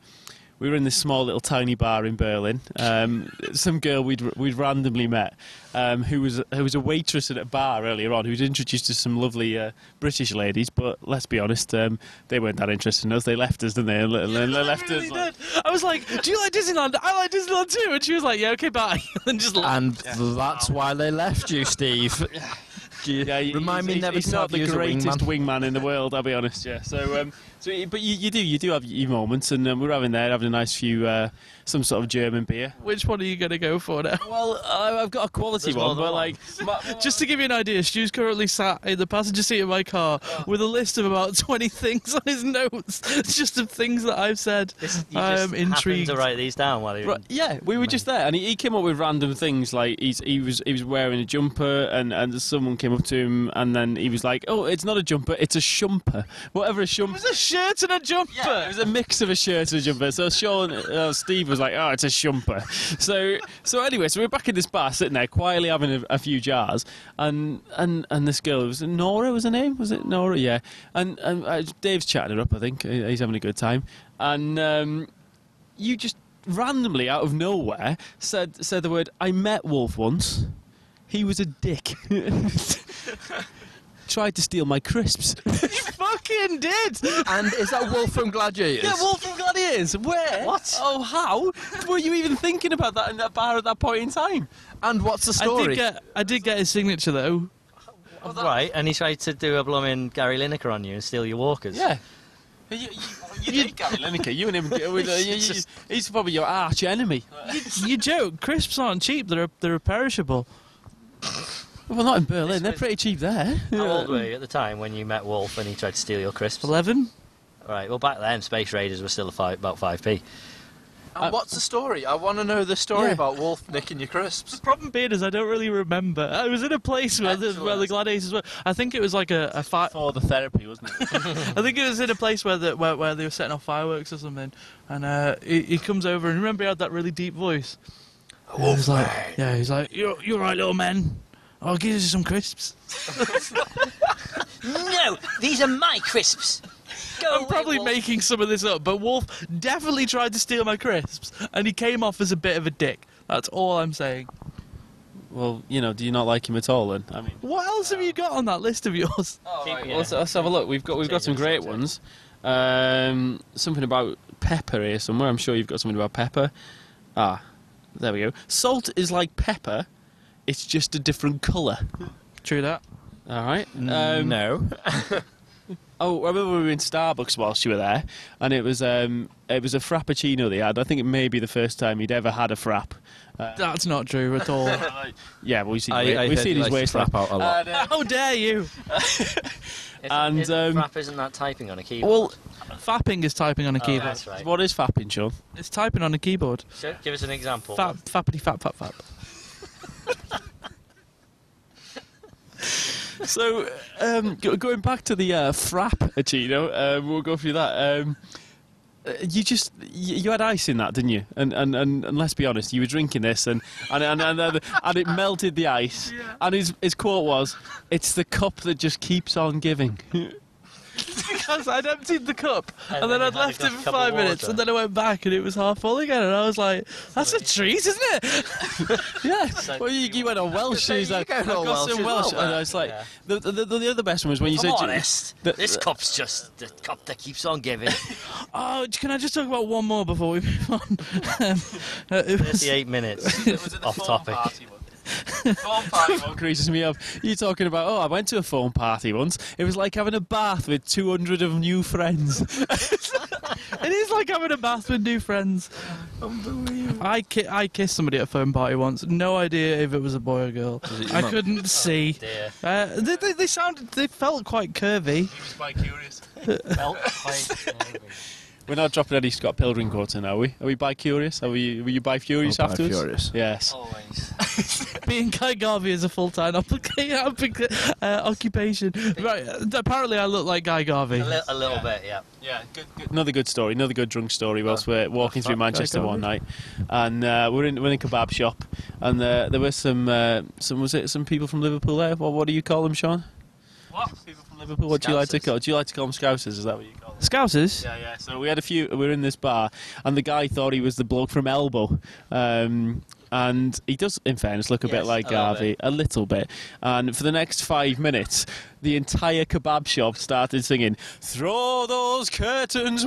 Speaker 5: we were in this small little tiny bar in Berlin. Um, some girl we'd we'd randomly met, um, who was who was a waitress at a bar earlier on, who was introduced to some lovely uh, British ladies, but let's be honest, um, they weren't that interested in us. They left us, didn't they? And le- le- left us.
Speaker 1: Really
Speaker 5: like-
Speaker 1: did. I was like, "Do you like Disneyland? I like Disneyland too." And she was like, "Yeah, okay, bye." and just like,
Speaker 8: And that's why they left you, Steve. Do you-
Speaker 5: Yeah, he-
Speaker 8: Remind
Speaker 5: he's,
Speaker 8: me
Speaker 5: he's-
Speaker 8: never
Speaker 5: he's
Speaker 8: to
Speaker 5: not
Speaker 8: have
Speaker 5: the
Speaker 8: you as a
Speaker 5: greatest
Speaker 8: wingman.
Speaker 5: wingman in the world. I'll be honest. Yeah. So, um, so, y- but you, you do, you do have your moments, and um, we we're having there, having a nice few, uh, some sort of German beer.
Speaker 1: which one are you gonna go for now?
Speaker 5: Well, I, I've got a quality
Speaker 9: There's more
Speaker 5: one,
Speaker 9: than
Speaker 5: but
Speaker 9: one.
Speaker 5: like,
Speaker 1: Just to give you an idea, Stu's currently sat in the passenger seat of my car with a list of about 20 things on his notes, just of things that I've said.
Speaker 9: This, you
Speaker 1: I
Speaker 9: just
Speaker 1: am
Speaker 9: happened
Speaker 1: intrigued.
Speaker 9: to write these down while you were
Speaker 5: Um, Right, yeah, we were just there, and he, he came up with random things like he's, he was he was wearing a jumper, and, and someone came up to him, and then he was like, "Oh, it's not a jumper, it's a shumper, whatever a shumper."
Speaker 1: It was a shirt and a jumper.
Speaker 5: It was a mix of a shirt and a jumper. So Sean, uh, Steve was like, "Oh, it's a jumper." So, so anyway, so we're back in this bar, sitting there quietly having a, a few jars, and and and this girl was it Nora was her name, was it Nora? Yeah, and, and uh, Dave's chatting her up. I think He- he's having a good time, and um, you just randomly out of nowhere said said the word, "I met Wolf once. He was a dick." Tried to steal my crisps.
Speaker 1: fucking did.
Speaker 8: And is that Wolf from Gladiators?
Speaker 5: Yeah, Wolf of Gladiators. Where? What? Oh, how were you even thinking about that in that bar at that point in time?
Speaker 8: And what's the
Speaker 1: I did
Speaker 8: story?
Speaker 4: uh,
Speaker 1: get, I did get his signature though.
Speaker 9: right, and he tried to do a blooming Gary Lineker on you and steal your walkers.
Speaker 5: You, you, you, did Gary Lineker. You and him. you- you- you-
Speaker 9: Just-
Speaker 5: he's probably your arch enemy.
Speaker 1: You joke. Crisps aren't cheap. They're they're perishable.
Speaker 5: Well, not in Berlin. They're
Speaker 9: was-
Speaker 5: pretty cheap there.
Speaker 9: How old were you at the time when you met Wolf and he tried to steal your crisps?
Speaker 1: Eleven.
Speaker 9: Right, well, back then, Space Raiders were still a five, about 5p.
Speaker 4: And what's the story? I want to know the story
Speaker 5: Yeah.
Speaker 4: about Wolf nicking your crisps.
Speaker 1: The problem being is I don't really remember. I was in a place where the, where the
Speaker 4: Excellent.
Speaker 1: gladiators were. I think it was like a, a fi-
Speaker 5: For the therapy, wasn't it?
Speaker 1: I think it was in a place where, the, where where they were setting off fireworks or something, and uh, he, he comes over and remember he had that really deep voice. Oh, he's like, yeah, he's like, you're you're right, little man. I'll give you some crisps.
Speaker 9: No, these are my crisps. Go
Speaker 1: I'm probably making some of this up, but Wolf definitely tried to steal my crisps, and he came off as a bit of a dick. That's all I'm saying.
Speaker 5: well, you know, do you not like him at all? Then I mean,
Speaker 1: What else have you got on that list of yours?
Speaker 9: Keep-
Speaker 5: let's, let's have a look. We've got we've got some
Speaker 9: Take it,
Speaker 5: great
Speaker 9: take it.
Speaker 5: ones. Um, something about pepper here somewhere. I'm sure you've got something about pepper. Ah, there we go. Salt is like pepper. It's just a different colour.
Speaker 1: True that.
Speaker 5: All right. Um,
Speaker 8: no.
Speaker 5: Oh, I remember we were in Starbucks whilst you were there, and it was um, it was a frappuccino they had. I think it may be the first time he'd ever had a frap.
Speaker 1: That's not true at all.
Speaker 5: Yeah, well, we've seen,
Speaker 8: I, I
Speaker 5: we've
Speaker 8: heard
Speaker 5: seen
Speaker 8: he
Speaker 5: his
Speaker 8: likes
Speaker 5: waist
Speaker 8: to crap out a lot.
Speaker 1: How dare you?
Speaker 9: If-
Speaker 5: and,
Speaker 9: if the
Speaker 5: um,
Speaker 9: Frap isn't that typing on a keyboard?
Speaker 5: Well,
Speaker 1: Fapping is typing on a
Speaker 9: Oh,
Speaker 1: keyboard.
Speaker 9: that's right.
Speaker 5: what is fapping, Sean?
Speaker 1: It's typing on a keyboard.
Speaker 9: So, give us an example.
Speaker 1: Fap, fappity, fap, fap, fap.
Speaker 5: so um, go- going back to the uh, frap, Achino, um, we'll go through that. Um, uh, you just you, you had ice in that, didn't you? And, and and and let's be honest, you were drinking this, and and and and, and, and it melted the ice. And his his quote was, "It's the cup that just keeps on giving."
Speaker 1: because I'd emptied the cup and,
Speaker 3: And
Speaker 1: then,
Speaker 3: then
Speaker 1: I'd
Speaker 3: you had
Speaker 1: left
Speaker 3: a
Speaker 1: it for
Speaker 3: cup of
Speaker 1: five minutes
Speaker 3: water.
Speaker 1: and then I went back and it was half full again and I was like, that's a treat, isn't it?
Speaker 5: Yeah,
Speaker 3: So
Speaker 5: well, you,
Speaker 3: you-
Speaker 5: you went on Welsh.
Speaker 10: So
Speaker 5: he was
Speaker 10: you
Speaker 5: like,
Speaker 10: go
Speaker 5: I've
Speaker 10: on
Speaker 5: got
Speaker 10: Welsh
Speaker 5: some
Speaker 10: as
Speaker 5: Welsh.
Speaker 10: well,
Speaker 5: and I
Speaker 10: yeah.
Speaker 5: was like,
Speaker 3: Yeah.
Speaker 5: the, the, the, the other best one was when you
Speaker 3: I'm
Speaker 5: said,
Speaker 3: honest.
Speaker 5: the-
Speaker 3: this cup's just the cup that keeps on giving.
Speaker 1: Oh, j- can I just talk about one more before we move on? um, uh, it was-
Speaker 3: Thirty-eight minutes.
Speaker 4: Was it the
Speaker 3: Off
Speaker 4: form
Speaker 3: topic.
Speaker 4: Party one? Form party one.
Speaker 5: what creases me up. You talking about? Oh, I went to a phone party once. It was like having a bath with 200 of new friends.
Speaker 1: it is like having a bath with new friends. Unbelievable. I, ki- I kissed somebody at a phone party once. No idea if it was a boy or girl. I couldn't see.
Speaker 3: Oh, Dear.
Speaker 1: Uh, they, they, they sounded, they felt quite curvy.
Speaker 4: He was quite curious.
Speaker 3: Well, quite-
Speaker 5: We're not dropping any Scott Pilgrim quotes in, are we? Are we bi curious? Are we? Were you bi furious afterwards?
Speaker 10: Furious.
Speaker 5: Yes.
Speaker 4: Oh,
Speaker 3: Always.
Speaker 1: Being Guy Garvey is a full-time applica- applica- uh, occupation. Right, uh, apparently I look like Guy Garvey.
Speaker 3: A, li- a little bit, yeah.
Speaker 4: Yeah, good, good. Oh,
Speaker 5: Another good story, another good drunk story. Whilst we're walking through
Speaker 1: fuck, I
Speaker 5: Manchester
Speaker 1: can't
Speaker 5: one
Speaker 1: read.
Speaker 5: night, and uh, we're in we're in a kebab shop, and uh, there were some uh, some was it some people from Liverpool there? What what do you call them, Sean?
Speaker 4: What?
Speaker 5: Liverpool. What do you like to
Speaker 3: Scousers.
Speaker 5: call? Do you like to call them scousers? Is that what you call them?
Speaker 1: Scousers?
Speaker 5: Yeah, yeah. So we had a few. We were in this bar, and the guy thought he was the bloke from Elbow. Um, and he does, in fairness, look a bit
Speaker 3: Yes,
Speaker 5: like
Speaker 3: a little
Speaker 5: Garvey, a little bit. And for the next five minutes, the entire kebab shop started singing, Throw those curtains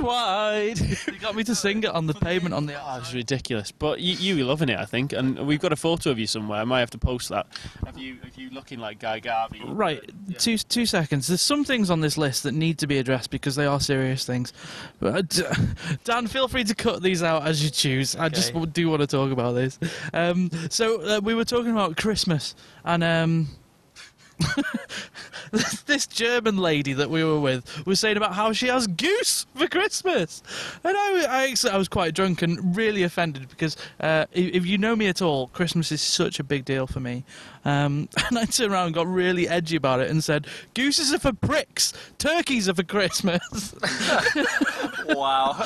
Speaker 5: wide.
Speaker 1: They got me to sing it on the pavement on the
Speaker 5: oh, it was ridiculous. But you, you were loving it, I think. And we've got a photo of you somewhere. I might have to post that. Have you, have you looking like Guy Garvey?
Speaker 1: Right, two two seconds. There's some things on this list that need to be addressed because they are serious things. But, uh, d- Dan, feel free to cut these out as you choose. I just
Speaker 3: Okay.
Speaker 1: w- do want to talk about this. Um, so uh, we were talking about Christmas and. Um, this- this German lady that we were with was saying about how she has goose for Christmas, and I, wa- I, ex- I was quite drunk and really offended because uh, i- if you know me at all, Christmas is such a big deal for me. Um, and I turned around and got really edgy about it and said, "Gooses are for bricks, turkeys are for Christmas."
Speaker 4: Wow.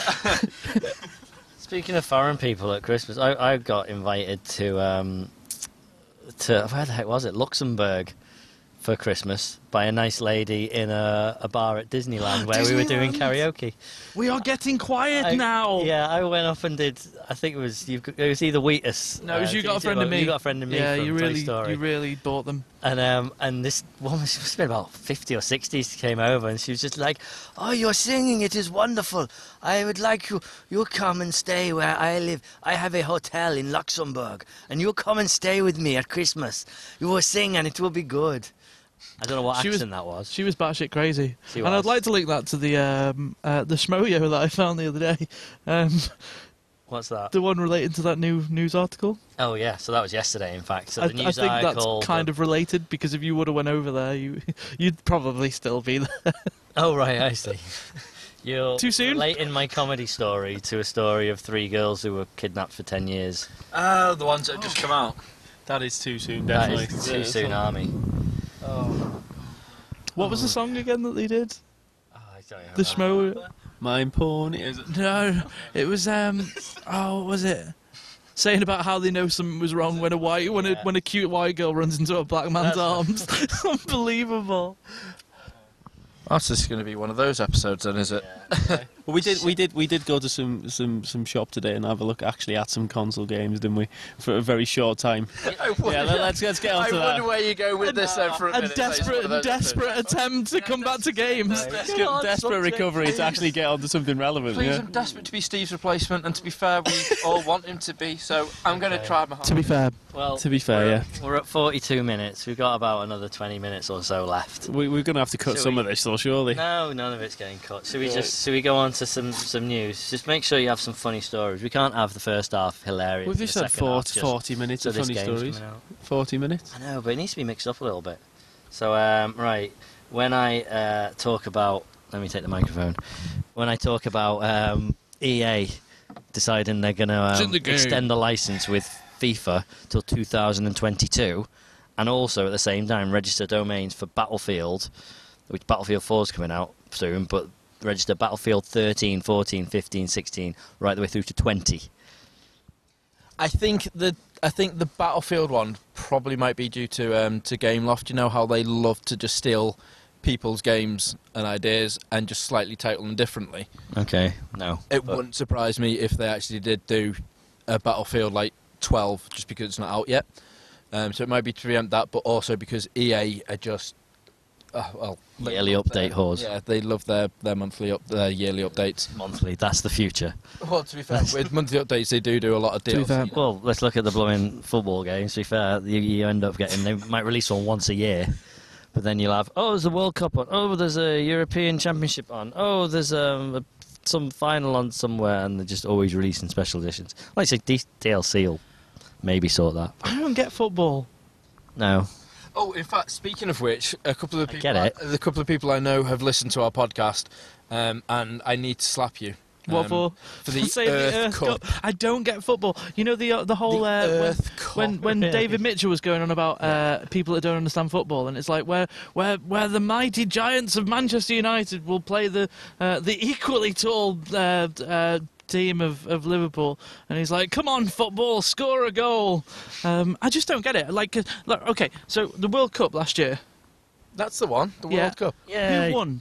Speaker 3: Speaking of foreign people at Christmas, I, I got invited to um, to where the heck was it? Luxembourg for Christmas by a nice lady in a, a bar at Disneyland where we were doing
Speaker 1: Disneyland.
Speaker 3: karaoke.
Speaker 1: we are getting quiet
Speaker 3: I-
Speaker 1: now.
Speaker 3: Yeah, I went off and did. I think it was you. It was either Wheatus.
Speaker 1: No, it was
Speaker 3: uh,
Speaker 1: you got a
Speaker 3: Tuesday,
Speaker 1: friend of
Speaker 3: well,
Speaker 1: me.
Speaker 3: You got a friend of me.
Speaker 1: Yeah,
Speaker 3: from
Speaker 1: you
Speaker 3: Toy
Speaker 1: really,
Speaker 3: Story.
Speaker 1: you really bought them.
Speaker 3: And um, and this woman, she must have been about 50 or 60, she came over and she was just like, Oh, you're singing, it is wonderful. I would like you, you come and stay where I live. I have a hotel in Luxembourg, and you come and stay with me at Christmas. You will sing and it will be good. I don't know what
Speaker 1: She was-
Speaker 3: accent that was.
Speaker 1: She was batshit crazy.
Speaker 3: She
Speaker 1: And I'd
Speaker 3: was.
Speaker 1: like to link that to the um, uh, the schmoyo that I found the other day, um,
Speaker 3: What's that?
Speaker 1: the one related to that new news article.
Speaker 3: Oh, yeah, so that was yesterday, in fact. So
Speaker 1: I,
Speaker 3: the
Speaker 1: I
Speaker 3: news
Speaker 1: think
Speaker 3: article.
Speaker 1: that's kind of related because if you would have went over there, you you'd probably still be there.
Speaker 3: Oh, right, I see. You're
Speaker 1: Too soon?
Speaker 3: relating my comedy story to a story of three girls who were kidnapped for 10 years.
Speaker 4: Oh, the ones that have just come out.
Speaker 5: That is too soon,
Speaker 3: That
Speaker 5: definitely.
Speaker 3: is too soon, army.
Speaker 1: What was the song again that they did?
Speaker 3: Oh, I don't
Speaker 1: The
Speaker 3: remember.
Speaker 1: schmo.
Speaker 5: Mine porn is.
Speaker 1: No, it was um. Oh, what was it? Saying about how they know something was wrong when a white when
Speaker 3: Yeah.
Speaker 1: a when a cute white girl runs into a black man's arms.
Speaker 3: That's-
Speaker 1: Unbelievable.
Speaker 11: That's just going to be one of those episodes, then, is it?
Speaker 5: Well, we did, we did, we did go to some, some, some shop today and have a look actually at some console games, didn't we? For a very short time.
Speaker 4: I
Speaker 5: yeah,
Speaker 4: wonder,
Speaker 5: let, us let's get on
Speaker 4: I
Speaker 5: to
Speaker 4: wonder
Speaker 5: that.
Speaker 4: where you go with this then for a,
Speaker 1: A
Speaker 4: minute. It's one of
Speaker 1: desperate
Speaker 4: those
Speaker 1: desperate
Speaker 4: episodes.
Speaker 1: attempt to come back to games.
Speaker 5: Desperate, desperate recovery to actually get onto something relevant.
Speaker 4: Please,
Speaker 5: Yeah.
Speaker 4: I'm desperate to be Steve's replacement, and to be fair, we all want him to be, so I'm going to try my hardest.
Speaker 1: To be fair,
Speaker 3: Well,
Speaker 5: To be fair,
Speaker 3: we're,
Speaker 5: yeah,
Speaker 3: We're at 42 minutes. We've got about another 20 minutes or so left.
Speaker 5: we, we're going to have to cut
Speaker 3: Shall
Speaker 5: some
Speaker 3: we-
Speaker 5: of this, though, surely.
Speaker 3: No, none of it's getting cut. Should we just? Should we go on to some some news? Just make sure you have some funny stories. We can't have the first half hilarious.
Speaker 5: We've
Speaker 3: and
Speaker 5: just
Speaker 3: the
Speaker 5: had
Speaker 3: second half
Speaker 5: 40,
Speaker 3: just
Speaker 5: 40 minutes
Speaker 3: so
Speaker 5: of
Speaker 3: this
Speaker 5: funny
Speaker 3: game's
Speaker 5: stories.
Speaker 3: coming out.
Speaker 5: Forty minutes.
Speaker 3: I know, but it needs to be mixed up a little bit. So, um, right, when I uh, talk about, let me take the microphone. When I talk about um, EA deciding they're going to
Speaker 1: in
Speaker 3: um,
Speaker 1: the game.
Speaker 3: extend the license with FIFA till 2022, and also at the same time register domains for Battlefield, which Battlefield 4 is coming out soon, but register Battlefield 13, 14, 15, 16, right the way through to 20.
Speaker 4: I think the I think the Battlefield one probably might be due to um, to GameLoft. You know how they love to just steal people's games and ideas and just slightly title them differently.
Speaker 3: Okay, no.
Speaker 4: It
Speaker 3: but-
Speaker 4: wouldn't surprise me if they actually did do a Battlefield like 12 just because it's not out yet. Um, so it might be to preempt that, but also because EA are just uh, well they
Speaker 3: Yearly
Speaker 4: love their-
Speaker 3: update whores.
Speaker 4: Yeah, they love their their monthly up their yearly updates.
Speaker 3: monthly. That's the future.
Speaker 4: Well, to be fair, with monthly updates they do do a lot of
Speaker 1: be
Speaker 4: deals.
Speaker 1: fair-
Speaker 3: Well, let's look at the blowing football games. To be fair, you, you end up getting they might release one once a year, but then you'll have oh, there's a World Cup on, oh, there's a European Championship on, oh, there's um, a, some final on somewhere, and they're just always releasing special editions. Like I say, D- DLC will maybe sort that.
Speaker 1: I don't get football.
Speaker 3: No,
Speaker 4: Oh, in fact, speaking of which, a couple of the
Speaker 3: I
Speaker 4: people
Speaker 3: get it.
Speaker 4: a couple of people I know have listened to our podcast, um, and I need to slap you.
Speaker 1: What
Speaker 4: um,
Speaker 1: for?
Speaker 4: For the
Speaker 1: Save
Speaker 4: Earth, Cup.
Speaker 1: I don't get football. You know the uh, the whole
Speaker 4: The
Speaker 1: uh, when-
Speaker 4: Earth Cup.
Speaker 1: when when David Mitchell was going on about uh, people that don't understand football, and it's like where where where the mighty giants of Manchester United will play the uh, the equally tall. Uh, uh, Team of, of Liverpool, and he's like, "Come on, football, score a goal." Um, I just don't get it. Like, 'cause- like, okay, so the World Cup last year,
Speaker 4: That's the one, the
Speaker 1: Yeah.
Speaker 4: World Cup.
Speaker 3: yeah.
Speaker 1: who won?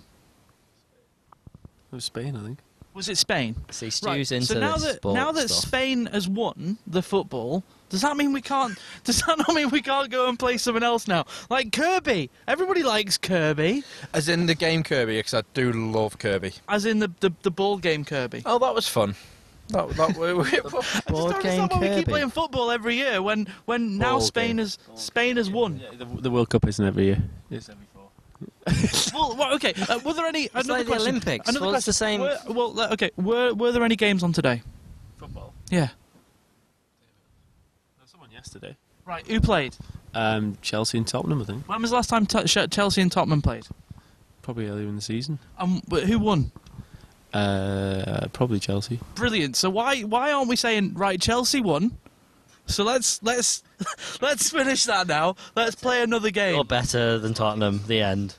Speaker 5: It was Spain, I think.
Speaker 1: Was it Spain?
Speaker 3: See, Stu's
Speaker 1: Right,
Speaker 3: into
Speaker 1: so now
Speaker 3: this
Speaker 1: that
Speaker 3: sport
Speaker 1: now that
Speaker 3: stuff.
Speaker 1: Spain has won the football, does that mean we can't? Does that not mean we can't go and play someone else now? Like Kirby, everybody likes Kirby,
Speaker 4: As in the game Kirby, because I do love Kirby.
Speaker 1: as in the the, the ball game Kirby.
Speaker 4: Oh, that was fun. That, that, we, we,
Speaker 1: I just
Speaker 3: Board
Speaker 1: don't understand why
Speaker 3: game
Speaker 1: we keep
Speaker 3: Kirby.
Speaker 1: playing football every year when when now
Speaker 3: Ball
Speaker 1: Spain
Speaker 3: game.
Speaker 1: has Spain has won.
Speaker 5: Yeah, the, the World Cup isn't every year. It's every four.
Speaker 1: well, well, okay. Uh, were there any? another
Speaker 3: like the
Speaker 1: question,
Speaker 3: Olympics.
Speaker 1: Another
Speaker 3: Well, it's
Speaker 1: question.
Speaker 3: the
Speaker 1: Were,
Speaker 3: same-
Speaker 1: well, uh, okay. Were were there any games on today?
Speaker 5: Football.
Speaker 1: Yeah.
Speaker 5: There was someone yesterday.
Speaker 1: Right. Who played?
Speaker 5: Um, Chelsea and Tottenham, I think.
Speaker 1: When was the last time t- Sh- Chelsea and Tottenham played?
Speaker 5: Probably earlier in the season.
Speaker 1: Um, but who won?
Speaker 5: Uh, probably Chelsea.
Speaker 1: brilliant. So why why aren't we saying right? Chelsea won. So let's let's let's finish that now. Let's play another
Speaker 3: You're
Speaker 1: game.
Speaker 3: better than Tottenham. The end.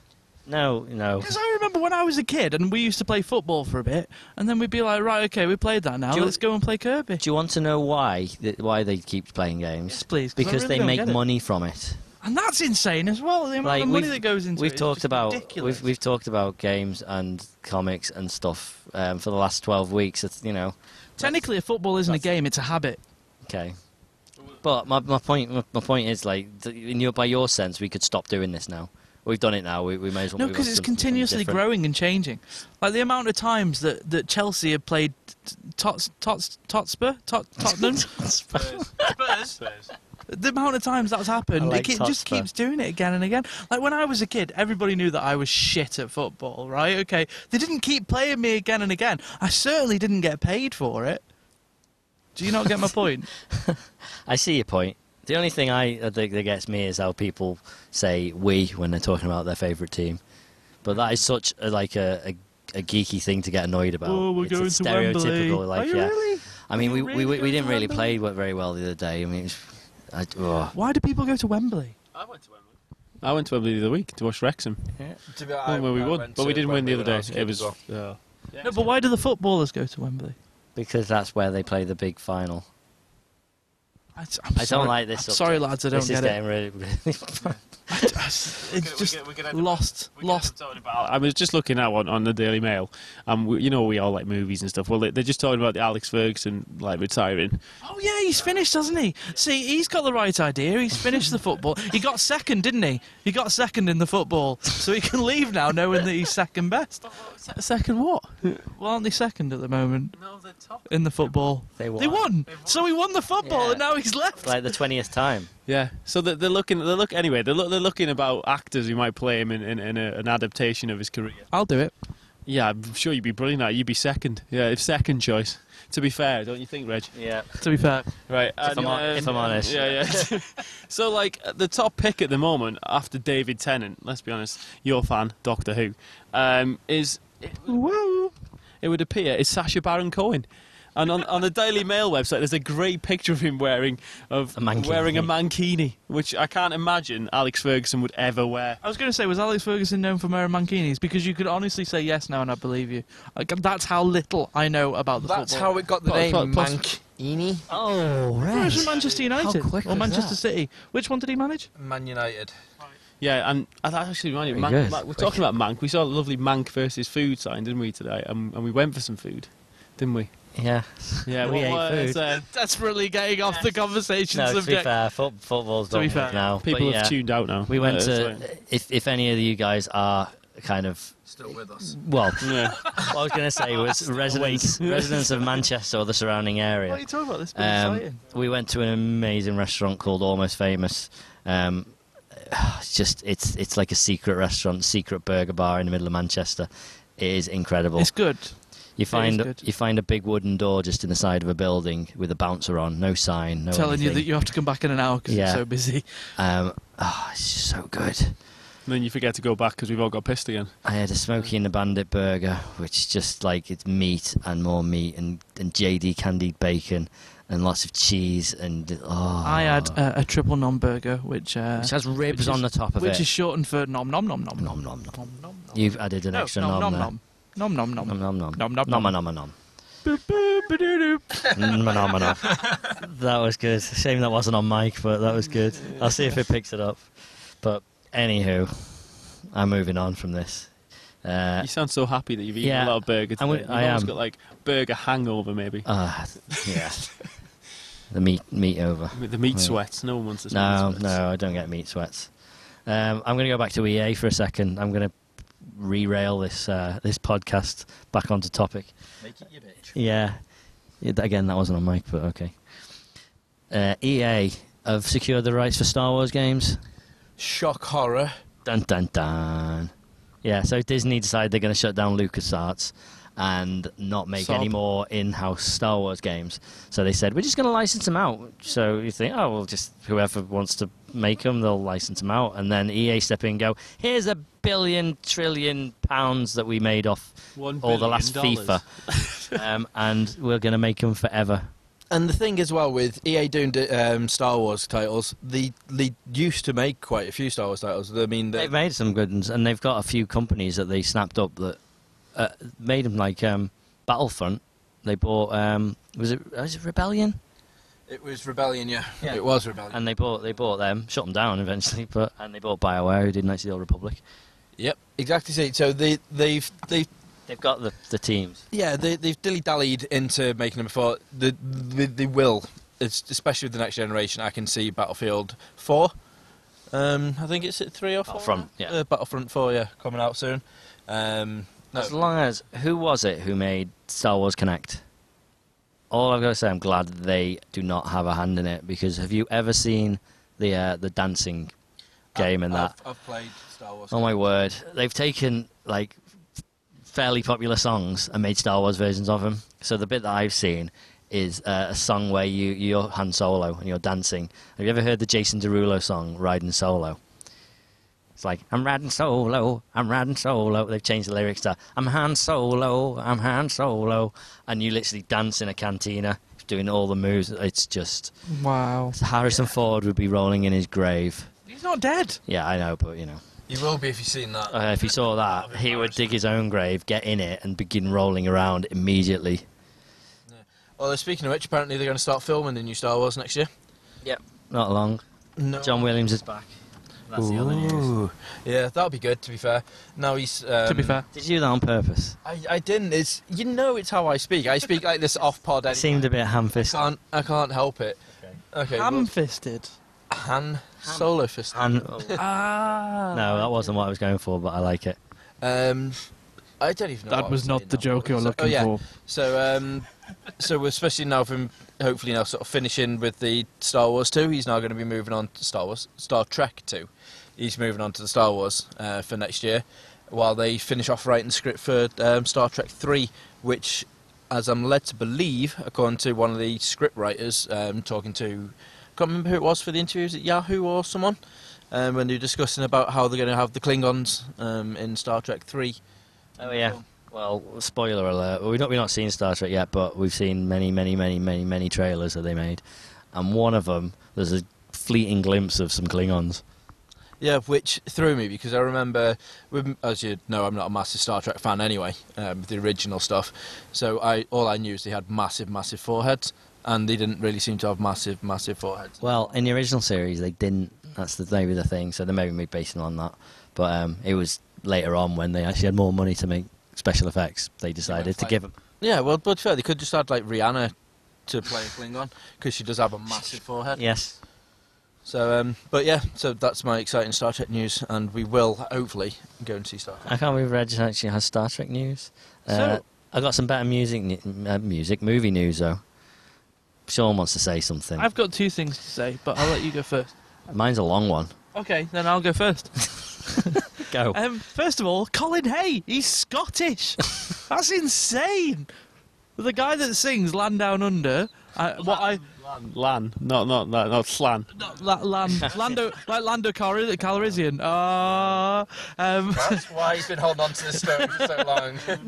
Speaker 3: No, no.
Speaker 1: Because I remember when I was a kid and we used to play football for a bit, and then we'd be like, right, okay, we played that now.
Speaker 3: Do you-
Speaker 1: let's go and play Kirby.
Speaker 3: Do you want to know why th- why they keep playing games?
Speaker 1: Yes, please, 'cause I
Speaker 3: Because
Speaker 1: really
Speaker 3: they
Speaker 1: don't
Speaker 3: make
Speaker 1: get it.
Speaker 3: money from it.
Speaker 1: And that's insane as well. The amount of money
Speaker 3: we've-
Speaker 1: that goes into
Speaker 3: we've
Speaker 1: it is
Speaker 3: talked
Speaker 1: just
Speaker 3: about
Speaker 1: ridiculous.
Speaker 3: we've we've talked about games and comics and stuff um, for the last twelve weeks. It's, you know,
Speaker 1: Technically, a football isn't a game; it's a habit.
Speaker 3: okay. But my, my point my, my point is like th- in your by your sense we could stop doing this now. We've done it now. We, we may as well.
Speaker 1: No,
Speaker 3: move on
Speaker 1: because
Speaker 3: to
Speaker 1: it's
Speaker 3: something
Speaker 1: continuously
Speaker 3: different.
Speaker 1: growing and changing. Like the amount of times that, that Chelsea have played Tots Tots Totspur Tot Tottenham the amount of times that's happened,
Speaker 3: I like
Speaker 1: it ke- just
Speaker 3: Totspur.
Speaker 1: keeps doing it again and again. Like when I was a kid, everybody knew that I was shit at football, right? Okay, they didn't keep playing me again and again. I certainly didn't get paid for it. Do you not get my point?
Speaker 3: I see your point. The only thing I I think that gets me is how people say "we" when they're talking about their favorite team, but that is such a, like a, a, a geeky thing to get annoyed about.
Speaker 1: oh, we're
Speaker 3: it's
Speaker 1: going
Speaker 3: it's
Speaker 1: to Wembley.
Speaker 3: stereotypical, like
Speaker 1: Are you
Speaker 3: yeah.
Speaker 1: really?
Speaker 3: I mean,
Speaker 1: Are
Speaker 3: we,
Speaker 1: you
Speaker 3: we,
Speaker 1: really
Speaker 3: we, we
Speaker 1: going
Speaker 3: didn't
Speaker 1: to
Speaker 3: really
Speaker 1: London?
Speaker 3: play w- very well the other day. I mean, it was, I, oh.
Speaker 1: Why do people go to Wembley?
Speaker 5: I went to Wembley. I went to Wembley the other week to watch Wrexham. Well, where we won, but we didn't win the other day. It was. yeah.
Speaker 1: No, but why do the footballers go to Wembley?
Speaker 3: because that's where they play the big final.
Speaker 1: I, am
Speaker 3: I don't like this
Speaker 1: I'm sorry,
Speaker 3: subject.
Speaker 1: lads, I don't
Speaker 3: this
Speaker 1: get
Speaker 3: is
Speaker 1: it.
Speaker 3: getting really, really.
Speaker 1: It's just lost, lost.
Speaker 5: I was just looking at one on the Daily Mail, and we, you know we all like movies and stuff. Well, they- they're just talking about the Alex Ferguson like retiring.
Speaker 1: Oh yeah, he's finished, hasn't he? See, he's got the right idea. He's finished the football. He got second, didn't he? He got second in the football, so he can leave now, knowing that he's second best.
Speaker 5: Second what?
Speaker 1: Well, aren't they second at the moment
Speaker 5: No, they're top.
Speaker 1: in the football?
Speaker 3: They won.
Speaker 1: They won, so he won the football,
Speaker 3: Yeah.
Speaker 1: and now he's left.
Speaker 3: like the twentieth time.
Speaker 5: Yeah. So they're, they're looking. They look anyway. They're, look, they're looking about actors who might play him in, in, in a, an adaptation of his career.
Speaker 1: I'll do it.
Speaker 5: Yeah, I'm sure you'd be brilliant at. it. You'd be second. Yeah, if second choice. To be fair, don't you think, Reg?
Speaker 3: Yeah.
Speaker 1: To be fair,
Speaker 5: Right. um,
Speaker 3: If I'm hon- if I'm honest.
Speaker 5: Yeah, yeah. so, like, the top pick at the moment, after David Tennant, let's be honest, your fan, Doctor Who, um, is. It, It would appear is Sasha Baron Cohen. And on, on the Daily Mail website, there's a great picture of him wearing of
Speaker 3: A mankini.
Speaker 5: wearing a mankini, which I can't imagine Alex Ferguson would ever wear.
Speaker 1: I was going to say, was Alex Ferguson known for wearing mankinis? Because you could honestly say yes now, and I believe you. Like, that's how little I know about the
Speaker 4: That's
Speaker 1: football.
Speaker 4: how it got the
Speaker 5: Plus-
Speaker 4: name
Speaker 5: plus-
Speaker 4: Mancini.
Speaker 3: Oh,
Speaker 1: He
Speaker 3: right.
Speaker 1: was in Manchester United
Speaker 3: How quick
Speaker 1: or
Speaker 3: was
Speaker 1: Manchester
Speaker 3: that?
Speaker 1: City. Which one did he manage?
Speaker 4: Man United.
Speaker 5: Yeah, and and that actually reminded me.
Speaker 3: Very
Speaker 5: Mank,
Speaker 3: good.
Speaker 5: Mank- we're talking about Mank. We saw a lovely Mank versus food sign, didn't we today? And, and we went for some food, didn't we?
Speaker 3: Yeah.
Speaker 5: Yeah,
Speaker 3: We
Speaker 5: what
Speaker 3: ate
Speaker 5: was,
Speaker 3: food.
Speaker 5: uh,
Speaker 1: Desperately getting off the conversation
Speaker 3: No, to be
Speaker 1: subject.
Speaker 3: fair, foot, football's
Speaker 1: To be
Speaker 3: done
Speaker 1: fair.
Speaker 3: now. but
Speaker 5: people have
Speaker 3: yeah.
Speaker 5: tuned out now.
Speaker 3: We went
Speaker 5: Uh,
Speaker 3: to.
Speaker 5: sorry.
Speaker 3: If if any of you guys are kind of
Speaker 12: Still with us.
Speaker 3: well,
Speaker 5: Yeah.
Speaker 3: what I was going to say was residents residents of Manchester or the surrounding area.
Speaker 1: What are you talking about? This is
Speaker 3: Um,
Speaker 1: exciting.
Speaker 3: we went to an amazing restaurant called Almost Famous. Um, it's just it's it's like a secret restaurant, secret burger bar in the middle of Manchester. It is incredible.
Speaker 1: It's good.
Speaker 3: you find
Speaker 1: good.
Speaker 3: you find a big wooden door just in the side of a building with a bouncer on, no sign, no
Speaker 1: telling you that
Speaker 3: anything.
Speaker 1: you have to come back in an hour because it's
Speaker 3: Yeah.
Speaker 1: so busy.
Speaker 3: Um, oh, it's just so good.
Speaker 5: And then you forget to go back because we've all got pissed again.
Speaker 3: I had a Smokey and the Bandit burger, which is just like it's meat and more meat and, and JD candied bacon and lots of cheese and oh.
Speaker 1: I had uh, a triple nom burger, which uh,
Speaker 3: which has ribs
Speaker 1: which
Speaker 3: on the
Speaker 1: is-
Speaker 3: top of
Speaker 1: which
Speaker 3: it.
Speaker 1: is shortened for nom nom nom nom
Speaker 3: nom nom nom.
Speaker 1: nom nom. nom.
Speaker 3: You've added an
Speaker 1: No,
Speaker 3: extra
Speaker 1: nom nom
Speaker 3: nom there.
Speaker 1: nom nom nom nom.
Speaker 3: Nom nom
Speaker 1: Nom,
Speaker 3: nom.
Speaker 1: nom,
Speaker 3: Nom
Speaker 1: nom.
Speaker 3: nom nom. nom. Mm, nom, nom, nom. That was good. Shame that wasn't on mic, but that was good. I'll see if it picks it up. But anywho, I'm moving on from this. Uh,
Speaker 5: You sound so happy that you've eaten
Speaker 3: Yeah.
Speaker 5: a lot of burger today.
Speaker 3: And we-
Speaker 5: You've
Speaker 3: I
Speaker 5: almost
Speaker 3: am.
Speaker 5: got like burger hangover, maybe.
Speaker 3: ah, yeah. the meat meat over.
Speaker 5: With the meat
Speaker 3: Yeah.
Speaker 5: sweats. No one wants to.
Speaker 3: No,
Speaker 5: sweats.
Speaker 3: no, I don't get meat sweats. Um, I'm going to go back to EA for a second. I'm going to re-rail this uh, this podcast back onto topic.
Speaker 12: Make it your bitch.
Speaker 3: Yeah. Yeah, th- Again, that wasn't on mic, but okay. Uh, EA have secured the rights for Star Wars games.
Speaker 4: Shock horror.
Speaker 3: Dun dun dun. Yeah, so Disney decided they're going to shut down LucasArts and not make
Speaker 5: Sob.
Speaker 3: any more in-house Star Wars games. So they said, we're just going to license them out. So you think, oh, well, just whoever wants to make them, they'll license them out. And then EA step in and go, here's a billion trillion pounds that we made off
Speaker 5: One
Speaker 3: all the
Speaker 5: billion
Speaker 3: last
Speaker 5: dollars.
Speaker 3: FIFA. um, and we're going to make them forever.
Speaker 4: And the thing as well with EA doing di- um, Star Wars titles, they, they used to make quite a few Star Wars titles. I mean, they,
Speaker 3: They've made some good ones, and they've got a few companies that they snapped up that uh, made them like um, Battlefront. They bought um, was it was it Rebellion,
Speaker 4: it was Rebellion, yeah.
Speaker 3: Yeah.
Speaker 4: It was Rebellion.
Speaker 3: and they bought they bought them, shut them down eventually, but and they bought Bioware, who did Knights of the Old Republic.
Speaker 4: yep, exactly. So- So they, they've they've
Speaker 3: They've got the the teams.
Speaker 4: Yeah, they, they've dilly dallied into making them before. They, they, they will, it's, especially with the next generation. I can see Battlefield 4. Um, I think it's at 3 or 4.
Speaker 3: Battlefront,
Speaker 4: now?
Speaker 3: yeah.
Speaker 4: Uh, Battlefront 4, yeah, coming out soon. Um, no,
Speaker 3: As long as who was it who made Star Wars Connect? All I've got to say, I'm glad they do not have a hand in it because have you ever seen the uh, the dancing
Speaker 4: Uh,
Speaker 3: game in that?
Speaker 4: I've, I've played Star Wars.
Speaker 3: Oh my word! They've taken like fairly popular songs and made Star Wars versions of them. So the bit that I've seen is uh, a song where you you're Han Solo and you're dancing. Have you ever heard the Jason Derulo song "Riding Solo"? It's like I'm riding solo, I'm riding solo. They've changed the lyrics to I'm Han Solo, I'm Han Solo, and you literally dance in a cantina, doing all the moves. It's just
Speaker 1: Wow.
Speaker 3: Harrison Ford would be rolling in his grave.
Speaker 1: He's not dead.
Speaker 3: Yeah, I know, but you know.
Speaker 4: You will be if you've seen that.
Speaker 3: Uh, if he saw that, he would dig his own grave, get in it, and begin rolling around immediately.
Speaker 4: Although, speaking of which, apparently they're going to start filming the new Star Wars next year.
Speaker 3: Not long.
Speaker 4: No.
Speaker 3: John Williams is back. That's the other news.
Speaker 4: Ooh. Yeah, that'll be good, to be fair. Now he's. Um,
Speaker 1: To be fair,
Speaker 3: Did you do that on purpose?
Speaker 4: I, I didn't. It's You know it's how I speak. I speak like this off pod.
Speaker 3: It seemed a bit ham
Speaker 4: I can't, I can't help it. Okay. well-
Speaker 1: ham-fisted.
Speaker 4: Han Solo Fist.
Speaker 1: Ah.
Speaker 3: no, that wasn't what I was going for, but I like it.
Speaker 4: Um, I don't even know. what
Speaker 1: That
Speaker 4: I
Speaker 1: was not
Speaker 4: doing
Speaker 1: the
Speaker 4: now.
Speaker 1: joke you're
Speaker 4: So-
Speaker 1: looking
Speaker 4: oh, yeah.
Speaker 1: for.
Speaker 4: So, um, so we're especially now from hopefully now sort of finishing with the Star Wars two. He's now going to be moving on to Star Wars, Star Trek two. He's moving on to the Star Wars uh, for next year, while they finish off writing the script for um, Star Trek three, which, as I'm led to believe, according to one of the script writers, um, talking to, can't remember who it was for the interviews at Yahoo or someone. Um, when they were discussing about how they're going to have the Klingons um, in Star Trek 3,
Speaker 3: Oh yeah. Well, spoiler alert. We're not, we're not seeing Star Trek yet, but we've seen many, many, many, many, many trailers that they made. And one of them, there's a fleeting glimpse of some Klingons.
Speaker 4: Yeah, which threw me because I remember, with- as you know, I'm not a massive Star Trek fan anyway, um, the original stuff. So I all I knew is they had massive, massive foreheads, and they didn't really seem to have massive, massive foreheads.
Speaker 3: Well, in the original series, they didn't. That's the, maybe the thing. So they maybe made basing on that. But um, it was later on when they actually had more money to make special effects. They decided to
Speaker 4: like-
Speaker 3: give them.
Speaker 4: Yeah, well, but fair, they could just add like Rihanna to play a Klingon because she does have a massive forehead.
Speaker 3: Yes.
Speaker 4: So, um, but yeah, so that's my exciting Star Trek news, and we will hopefully go and see Star Trek.
Speaker 3: I can't believe Reg actually has Star Trek news. Uh,
Speaker 4: So-
Speaker 3: I got some better music, ne- uh, music movie news though. Sean wants to say something.
Speaker 1: I've got two things to say, but I'll let you go first.
Speaker 3: Mine's a long one.
Speaker 1: Okay, then I'll go first.
Speaker 3: Go.
Speaker 1: Um, first of all, Colin Hay, he's Scottish. That's insane. The guy that sings "Land Down Under," I, what I
Speaker 5: Lan, not not not, not Slan.
Speaker 1: not, la, land, Lando like Lando Cal- Calrissian. Ah, um,
Speaker 4: That's why he's been holding on to this stone for so long.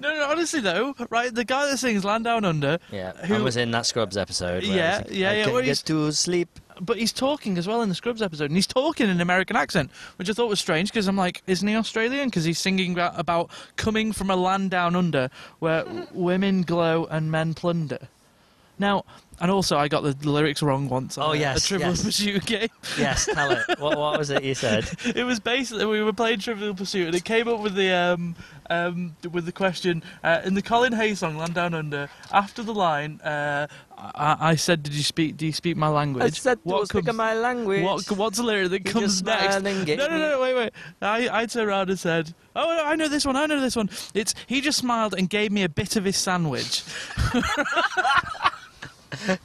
Speaker 1: no, no. Honestly though, right, the guy that sings "Land Down Under,"
Speaker 3: yeah.
Speaker 1: who-
Speaker 3: Who I was in that Scrubs episode? where I
Speaker 1: Yeah,
Speaker 3: was like,
Speaker 1: yeah,
Speaker 3: I
Speaker 1: yeah,
Speaker 3: Can't
Speaker 1: where
Speaker 3: get
Speaker 1: he's-
Speaker 3: to sleep.
Speaker 1: but he's talking as well in the Scrubs episode, and he's talking in an American accent, which I thought was strange because I'm like, isn't he Australian? Because he's singing about, about coming from a land down under where w- women glow and men plunder. Now, and also I got the lyrics wrong once. on
Speaker 3: Oh,
Speaker 1: a-
Speaker 3: yes,
Speaker 1: a Trivial
Speaker 3: yes.
Speaker 1: Pursuit game.
Speaker 3: Yes, tell it. What, what was it you said?
Speaker 1: It was basically we were playing Trivial Pursuit, and it came up with the um, um, with the question uh, in the Colin Hay song "Land Down Under." After the line, uh, I, I said, "Did you speak? Do you speak my language?" comes-
Speaker 3: language.
Speaker 1: What, what's the lyric that
Speaker 3: You
Speaker 1: comes
Speaker 3: just
Speaker 1: next?
Speaker 3: smile and get
Speaker 1: No, no,
Speaker 3: me.
Speaker 1: no, wait, wait. I, I turned around and said, "Oh, no, I know this one. I know this one." It's he just smiled and gave me a bit of his sandwich.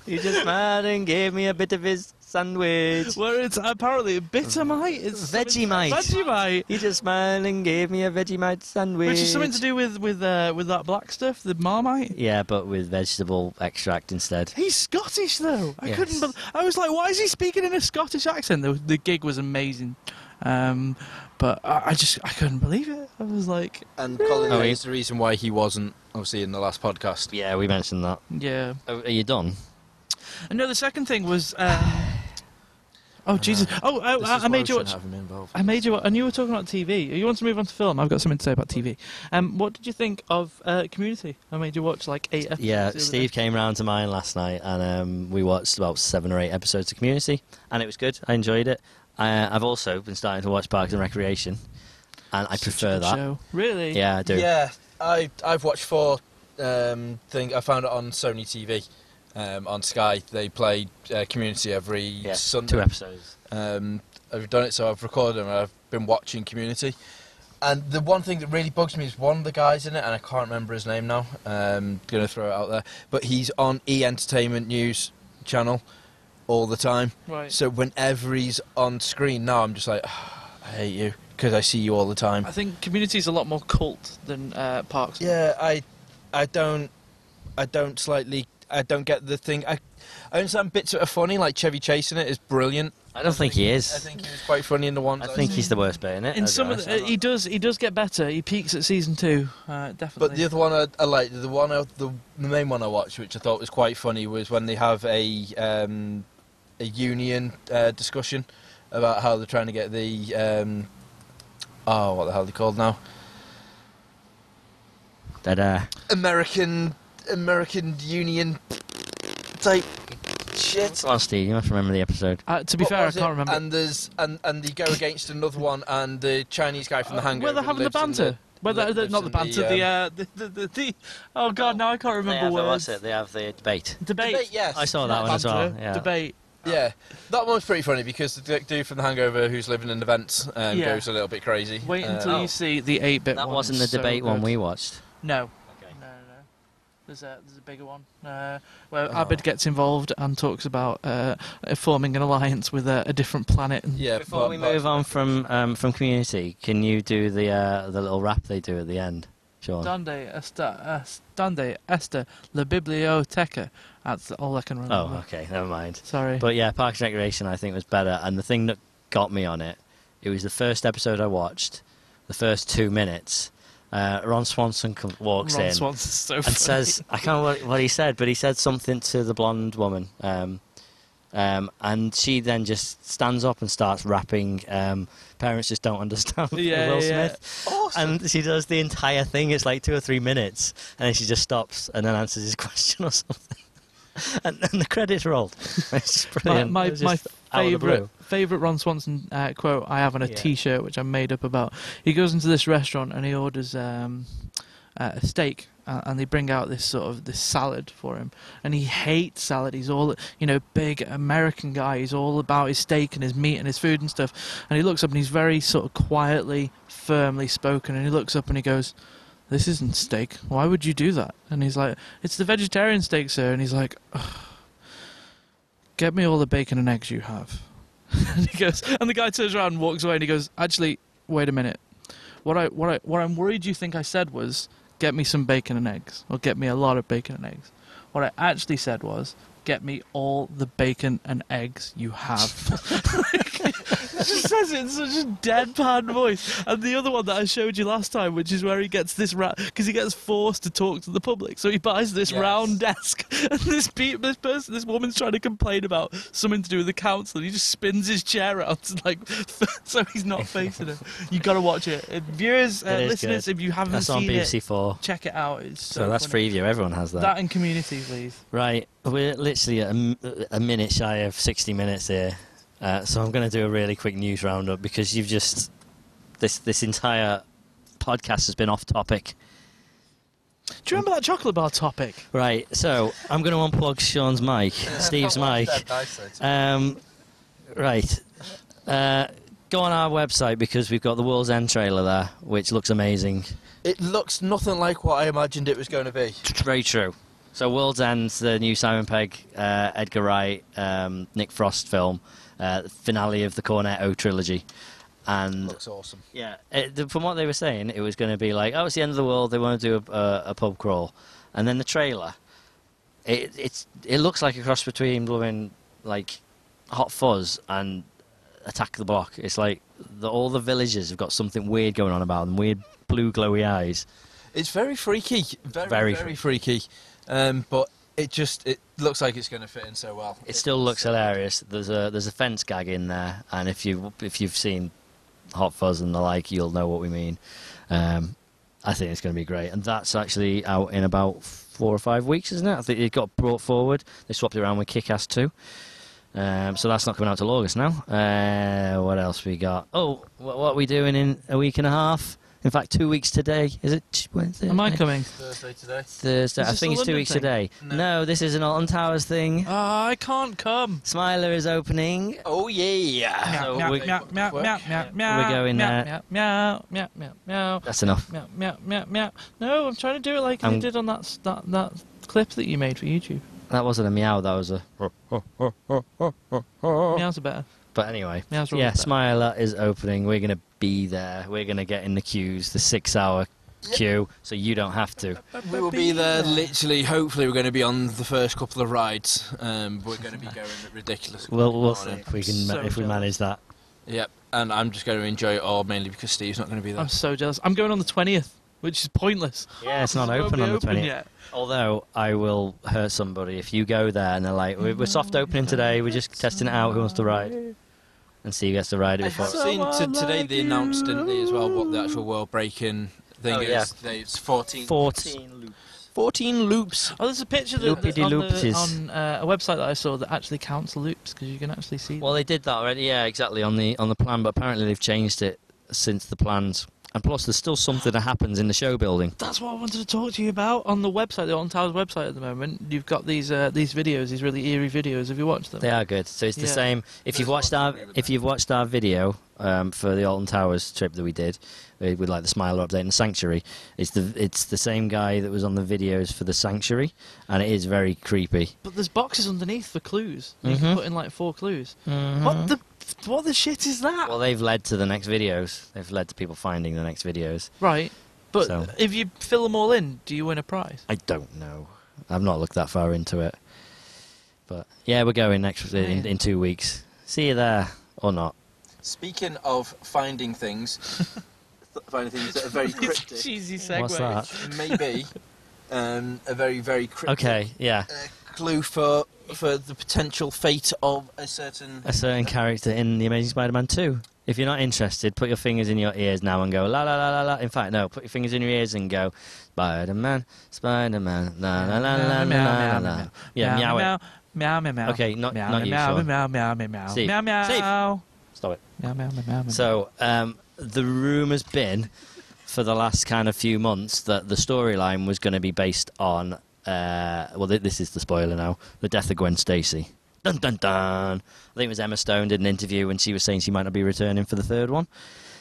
Speaker 3: He just smiled and gave me a bit of his sandwich.
Speaker 1: Where it's apparently Bittermite. It's something-
Speaker 3: Vegemite.
Speaker 1: Vegemite.
Speaker 3: He just smiled and gave me a Vegemite sandwich.
Speaker 1: Which is something to do with with uh, with that black stuff, the Marmite.
Speaker 3: Yeah, but with vegetable extract instead.
Speaker 1: He's Scottish though. I couldn't.
Speaker 3: Yes.
Speaker 1: Be- I was like, why is he speaking in a Scottish accent? The, the gig was amazing, um, but I, I just I couldn't believe it. I was like,
Speaker 4: And Colin
Speaker 3: Oh,
Speaker 4: Hay
Speaker 3: he-
Speaker 4: is the reason why he wasn't obviously in the last podcast.
Speaker 3: Yeah, we mentioned that.
Speaker 1: yeah.
Speaker 3: Oh, Are you done?
Speaker 1: And no, the second thing was. Um, oh Jesus!
Speaker 3: Uh,
Speaker 1: Oh, I, I, I made you watch. I made you. wa- I knew we were talking about TV. You want to move on to film? I've got something to say about TV. Um, what did you think of uh, Community? I made you watch like eight episodes.
Speaker 3: Yeah,
Speaker 1: the other
Speaker 3: Steve
Speaker 1: day.
Speaker 3: came round to mine last night and um, we watched about seven or eight episodes of Community and it was good. I enjoyed it. Uh, I've also been starting to watch Parks and Recreation and I
Speaker 1: Such a
Speaker 3: prefer
Speaker 1: good
Speaker 3: that.
Speaker 1: Show. Really?
Speaker 3: Yeah, I do.
Speaker 4: Yeah, I I've watched four. Um, thing I found it on Sony TV, um, on Sky. They play uh, Community every
Speaker 3: Yeah, two
Speaker 4: Sunday.
Speaker 3: episodes.
Speaker 4: Um, I've done it, so I've recorded them. And I've been watching Community, and the one thing that really bugs me is one of the guys in it, and I can't remember his name now. Um, gonna throw it out there, but he's on E Entertainment News channel all the time.
Speaker 1: Right.
Speaker 4: So whenever he's on screen now, I'm just like, "Ah, I hate you because I see you all the time.
Speaker 1: I think Community is a lot more cult than uh, Parks.
Speaker 4: Yeah, I, I don't, I don't slightly, I don't get the thing. I, I understand bits that are funny, like Chevy Chase in it is brilliant.
Speaker 3: I don't think he is.
Speaker 4: I think he was quite funny in the one.
Speaker 3: I think he's the worst bit in it. I'll
Speaker 1: In
Speaker 3: be
Speaker 1: some of
Speaker 3: honest.
Speaker 1: the, uh, he does he does get better. He peaks at season two, uh, definitely.
Speaker 4: But the other one I, I liked, the one I, the, the main one I watched, which I thought was quite funny, was when they have a um, a union uh, discussion about how they're trying to get the um, oh what the hell are they called now
Speaker 3: Da-da.
Speaker 4: American American Union type shit.
Speaker 3: Come on, Steve, you must remember the episode.
Speaker 1: uh, to be
Speaker 4: What
Speaker 1: fair, I
Speaker 4: was
Speaker 1: can't
Speaker 4: it?
Speaker 1: remember.
Speaker 4: And there's and and they go against another one, and the Chinese guy from the Hangover.
Speaker 1: Uh, Where they're having the
Speaker 4: lives in
Speaker 1: banter. Where
Speaker 4: li-
Speaker 1: they're, they're-
Speaker 4: lives
Speaker 1: not the
Speaker 4: in the,
Speaker 1: banter, the, uh, the, the, the, the- oh god, now I can't
Speaker 3: They
Speaker 1: remember
Speaker 3: have, the-
Speaker 1: words.
Speaker 3: what's it? They have the debate.
Speaker 1: Debate.
Speaker 4: Debate, yes.
Speaker 3: I saw that
Speaker 1: Not
Speaker 3: one as well.
Speaker 1: banter,
Speaker 3: Yeah.
Speaker 1: Debate.
Speaker 4: Yeah, that one's pretty funny because the dude from the Hangover who's living in the vents um,
Speaker 1: Yeah.
Speaker 4: goes a little bit crazy.
Speaker 1: Wait
Speaker 4: Uh,
Speaker 1: until
Speaker 4: oh.
Speaker 1: you see the 8 bit
Speaker 3: That wasn't the debate one we watched.
Speaker 1: No. No, no, no. There's a, there's a bigger one uh, where Abed gets involved and talks about uh, forming an alliance with a, a different planet. And
Speaker 4: Yeah,
Speaker 3: Before
Speaker 4: but-
Speaker 3: we
Speaker 4: but-
Speaker 3: move on from um, from Community, can you do the uh, the little rap they do at the end, Sean?
Speaker 1: Dande, esta, es, Dande, Esther, La Biblioteca. That's all I can remember.
Speaker 3: Oh, okay, never mind.
Speaker 1: Sorry.
Speaker 3: But yeah, Parks and Recreation I think was better, and the thing that got me on it, it was the first episode I watched, the first two minutes, Uh, Ron Swanson com- walks
Speaker 1: Ron
Speaker 3: in
Speaker 1: Swanson's so
Speaker 3: and
Speaker 1: funny.
Speaker 3: says, I can't remember what- what he said, but he said something to the blonde woman. Um, um, and she then just stands up and starts rapping. Um, Parents just don't understand
Speaker 1: Yeah,
Speaker 3: Will
Speaker 1: yeah.
Speaker 3: Smith. And she does the entire thing. It's like two or three minutes, and then she just stops and then answers his question or something. and then the credits rolled. It's just
Speaker 1: My,
Speaker 3: brilliant.
Speaker 1: my,
Speaker 3: It was
Speaker 1: my
Speaker 3: just out of the
Speaker 1: favorite
Speaker 3: blue.
Speaker 1: favorite Ron Swanson uh, quote I have on a
Speaker 3: Yeah.
Speaker 1: shirt which I made up about. He goes into this restaurant and he orders um, uh, a steak, uh, and they bring out this sort of this salad for him, and he hates salad. He's all you know, big American guy. He's all about his steak and his meat and his food and stuff. And he looks up and he's very sort of quietly, firmly spoken. And he looks up and he goes. This isn't steak. Why would you do that? And he's like, "It's the vegetarian steak, sir." And he's like, get me all the bacon and eggs you have. and he goes, and the guy turns around and walks away, and he goes, actually, wait a minute. What I what I what I'm worried you think I said was, get me some bacon and eggs, or get me a lot of bacon and eggs. What I actually said was, get me all the bacon and eggs you have. He just says it in such a deadpan voice. And the other one that I showed you last time, which is where he gets this round, because he gets forced to talk to the public, so he buys this
Speaker 13: Yes.
Speaker 1: round desk, and this pe- this person, this woman's trying to complain about something to do with the council. He just spins his chair around, and, like so he's not facing it. You got to watch it, Uh, viewers, uh,
Speaker 3: It is
Speaker 1: listeners.
Speaker 3: good.
Speaker 1: If you haven't
Speaker 3: That's on
Speaker 1: seen
Speaker 3: BBC
Speaker 1: it,
Speaker 3: Four.
Speaker 1: check it out. It's so,
Speaker 3: So, that's
Speaker 1: funny.
Speaker 3: preview. Everyone has that.
Speaker 1: That and community, please.
Speaker 3: Right, we're literally at a, m- a minute shy of 60 minutes here, uh, so I'm going to do a really quick news roundup because you've just this this entire podcast has been off topic.
Speaker 1: Do you remember that chocolate bar topic?
Speaker 3: Right, so I'm going to unplug Sean's mic, Steve's mic. Um, right, uh, go on our website because we've got the World's End trailer there, which looks amazing.
Speaker 4: It looks nothing like what I imagined it was going to be.
Speaker 3: Very true. So World's End, the new Simon Pegg, uh, Edgar Wright, um, Nick Frost film, uh, finale of the Cornetto trilogy, and
Speaker 4: Looks awesome.
Speaker 3: yeah, it, the- from what they were saying, it was going to be like, oh, it's the end of the world. They want to do a, a, a pub crawl, and then the trailer, it it's it looks like a cross between blowing like Hot Fuzz and Attack the Block. It's like the, all the villagers have got something weird going on about them, weird blue glowy eyes.
Speaker 4: It's very freaky. Very,
Speaker 3: Very
Speaker 4: very, freaky. Um, but it just it looks like it's going to fit in so well.
Speaker 3: It still looks hilarious. There's a there's a fence gag in there, and if you if you've seen Hot Fuzz and the like, you'll know what we mean. Um, I think it's going to be great, and that's actually out in about four or five weeks, isn't it? I think it got brought forward. They swapped it around with Kick-Ass Two, um, so that's not coming out till August now. Uh, what else we got? Oh, what, what are we doing in a week and a half? In fact, two weeks today. Is it t- Wednesday?
Speaker 1: Am I coming?
Speaker 4: Thursday today.
Speaker 3: Thursday.
Speaker 1: Is
Speaker 3: I
Speaker 1: this
Speaker 3: think
Speaker 1: the
Speaker 3: it's two
Speaker 1: London
Speaker 3: weeks
Speaker 1: thing?
Speaker 3: today. No. this is an Alton Towers thing.
Speaker 1: Oh, I can't come.
Speaker 3: Smiler is opening.
Speaker 4: Oh yeah.
Speaker 1: Meow,
Speaker 3: So
Speaker 1: meow,
Speaker 3: we-
Speaker 1: meow, meow,
Speaker 4: Work.
Speaker 1: meow, meow, meow,
Speaker 3: We're going
Speaker 1: meow,
Speaker 3: there.
Speaker 1: meow, meow, meow, meow, meow,
Speaker 3: That's enough.
Speaker 1: meow, meow, meow, meow. No, I'm trying to do it like I
Speaker 3: Um,
Speaker 1: did on that, s- that that clip that you made for YouTube.
Speaker 3: That wasn't a meow. That was a.
Speaker 1: Meows are better.
Speaker 3: But anyway,
Speaker 1: Meows are
Speaker 3: yeah,
Speaker 1: always better.
Speaker 3: Smiler is opening. We're gonna be there. We're gonna get in the queues, the six-hour queue, so you don't have to.
Speaker 4: We will be there literally. Hopefully, we're going to be on the first couple of rides. Um, we're going to be going at ridiculous.
Speaker 3: We'll we'll see
Speaker 4: speed.
Speaker 3: if we can ma-
Speaker 1: So
Speaker 3: if we
Speaker 1: jealous.
Speaker 3: manage that.
Speaker 4: Yep. And I'm just going to enjoy it all mainly because Steve's not going to be there.
Speaker 1: I'm so jealous. I'm going on the 20th, which is pointless.
Speaker 3: Yeah, it's not
Speaker 1: It won't
Speaker 3: open
Speaker 1: be
Speaker 3: on the
Speaker 1: open
Speaker 3: twentieth.
Speaker 1: yet.
Speaker 3: Although I will hurt somebody if you go there and they're like, "We're, we're soft opening today. We're just testing it out. Who wants to ride?" And see who gets to ride it
Speaker 4: I
Speaker 3: before.
Speaker 4: have seen
Speaker 1: Someone
Speaker 4: t- today they
Speaker 1: like
Speaker 4: announced, didn't they, as well, what the
Speaker 1: you.
Speaker 4: actual world breaking thing
Speaker 3: Oh,
Speaker 4: is.
Speaker 3: yeah.
Speaker 4: They- It's 14.
Speaker 3: Fourteen loops.
Speaker 4: 14 loops.
Speaker 1: Oh, there's a picture that, that's on, the,
Speaker 3: Loopity-loopsies.
Speaker 1: on uh, a website that I saw that actually counts the loops because you can actually see.
Speaker 3: Well, they did that already. Yeah, exactly on the on the plan, but apparently they've changed it since the plans. And plus, there's still something that happens in the show building.
Speaker 1: That's what I wanted to talk to you about on the website, the On Towers website at the moment. You've got these uh, these videos, these really eerie videos. Have you watched them?
Speaker 3: They are good. So it's the
Speaker 1: Yeah.
Speaker 3: same. If you've watched our if you've watched our video um, for the Alton Towers trip that we did uh, with like the Smiler update and the Sanctuary, it's the it's the same guy that was on the videos for the Sanctuary, and it is very creepy.
Speaker 1: But there's boxes underneath for clues. You
Speaker 3: Mhm.
Speaker 1: can put in like four clues. What the what the shit is that?
Speaker 3: Mm-hmm. Well, they've led to the next videos. They've led to people finding the next videos.
Speaker 1: right. But
Speaker 3: So-
Speaker 1: if you fill them all in, do you win a prize?
Speaker 3: I don't know. I've not looked that far into it. But yeah, we're going next in, in two weeks. See you there or not.
Speaker 4: Speaking of finding things, funny things that are very cryptic.
Speaker 1: Cheesy segue.
Speaker 3: What's that?
Speaker 4: Maybe um, a very very cryptic
Speaker 3: Okay, yeah.
Speaker 4: uh, clue for for the potential fate of a certain.
Speaker 3: A certain character in The Amazing Spider Man 2. If you're not interested, put your fingers in your ears now and go la la la la la. In fact, no, put your fingers in your ears and go Spider Man, Spider Man, la la la la la la la. Yeah, meow it.
Speaker 1: Meow, meow, meow.
Speaker 3: Okay, not-
Speaker 1: meow,
Speaker 3: not you,
Speaker 1: meow,
Speaker 3: Sean.
Speaker 1: meow, meow, meow, meow,
Speaker 3: Steve.
Speaker 1: meow, meow,
Speaker 3: Steve.
Speaker 1: meow,
Speaker 3: Stop it.
Speaker 1: meow, meow, meow, meow.
Speaker 3: So um, the rumor has been for the last kind of few months that the storyline was going to be based on. Uh, well, th- this is the spoiler now: the death of Gwen Stacy. Dun dun dun. I think it was Emma Stone did an interview and she was saying she might not be returning for the third one.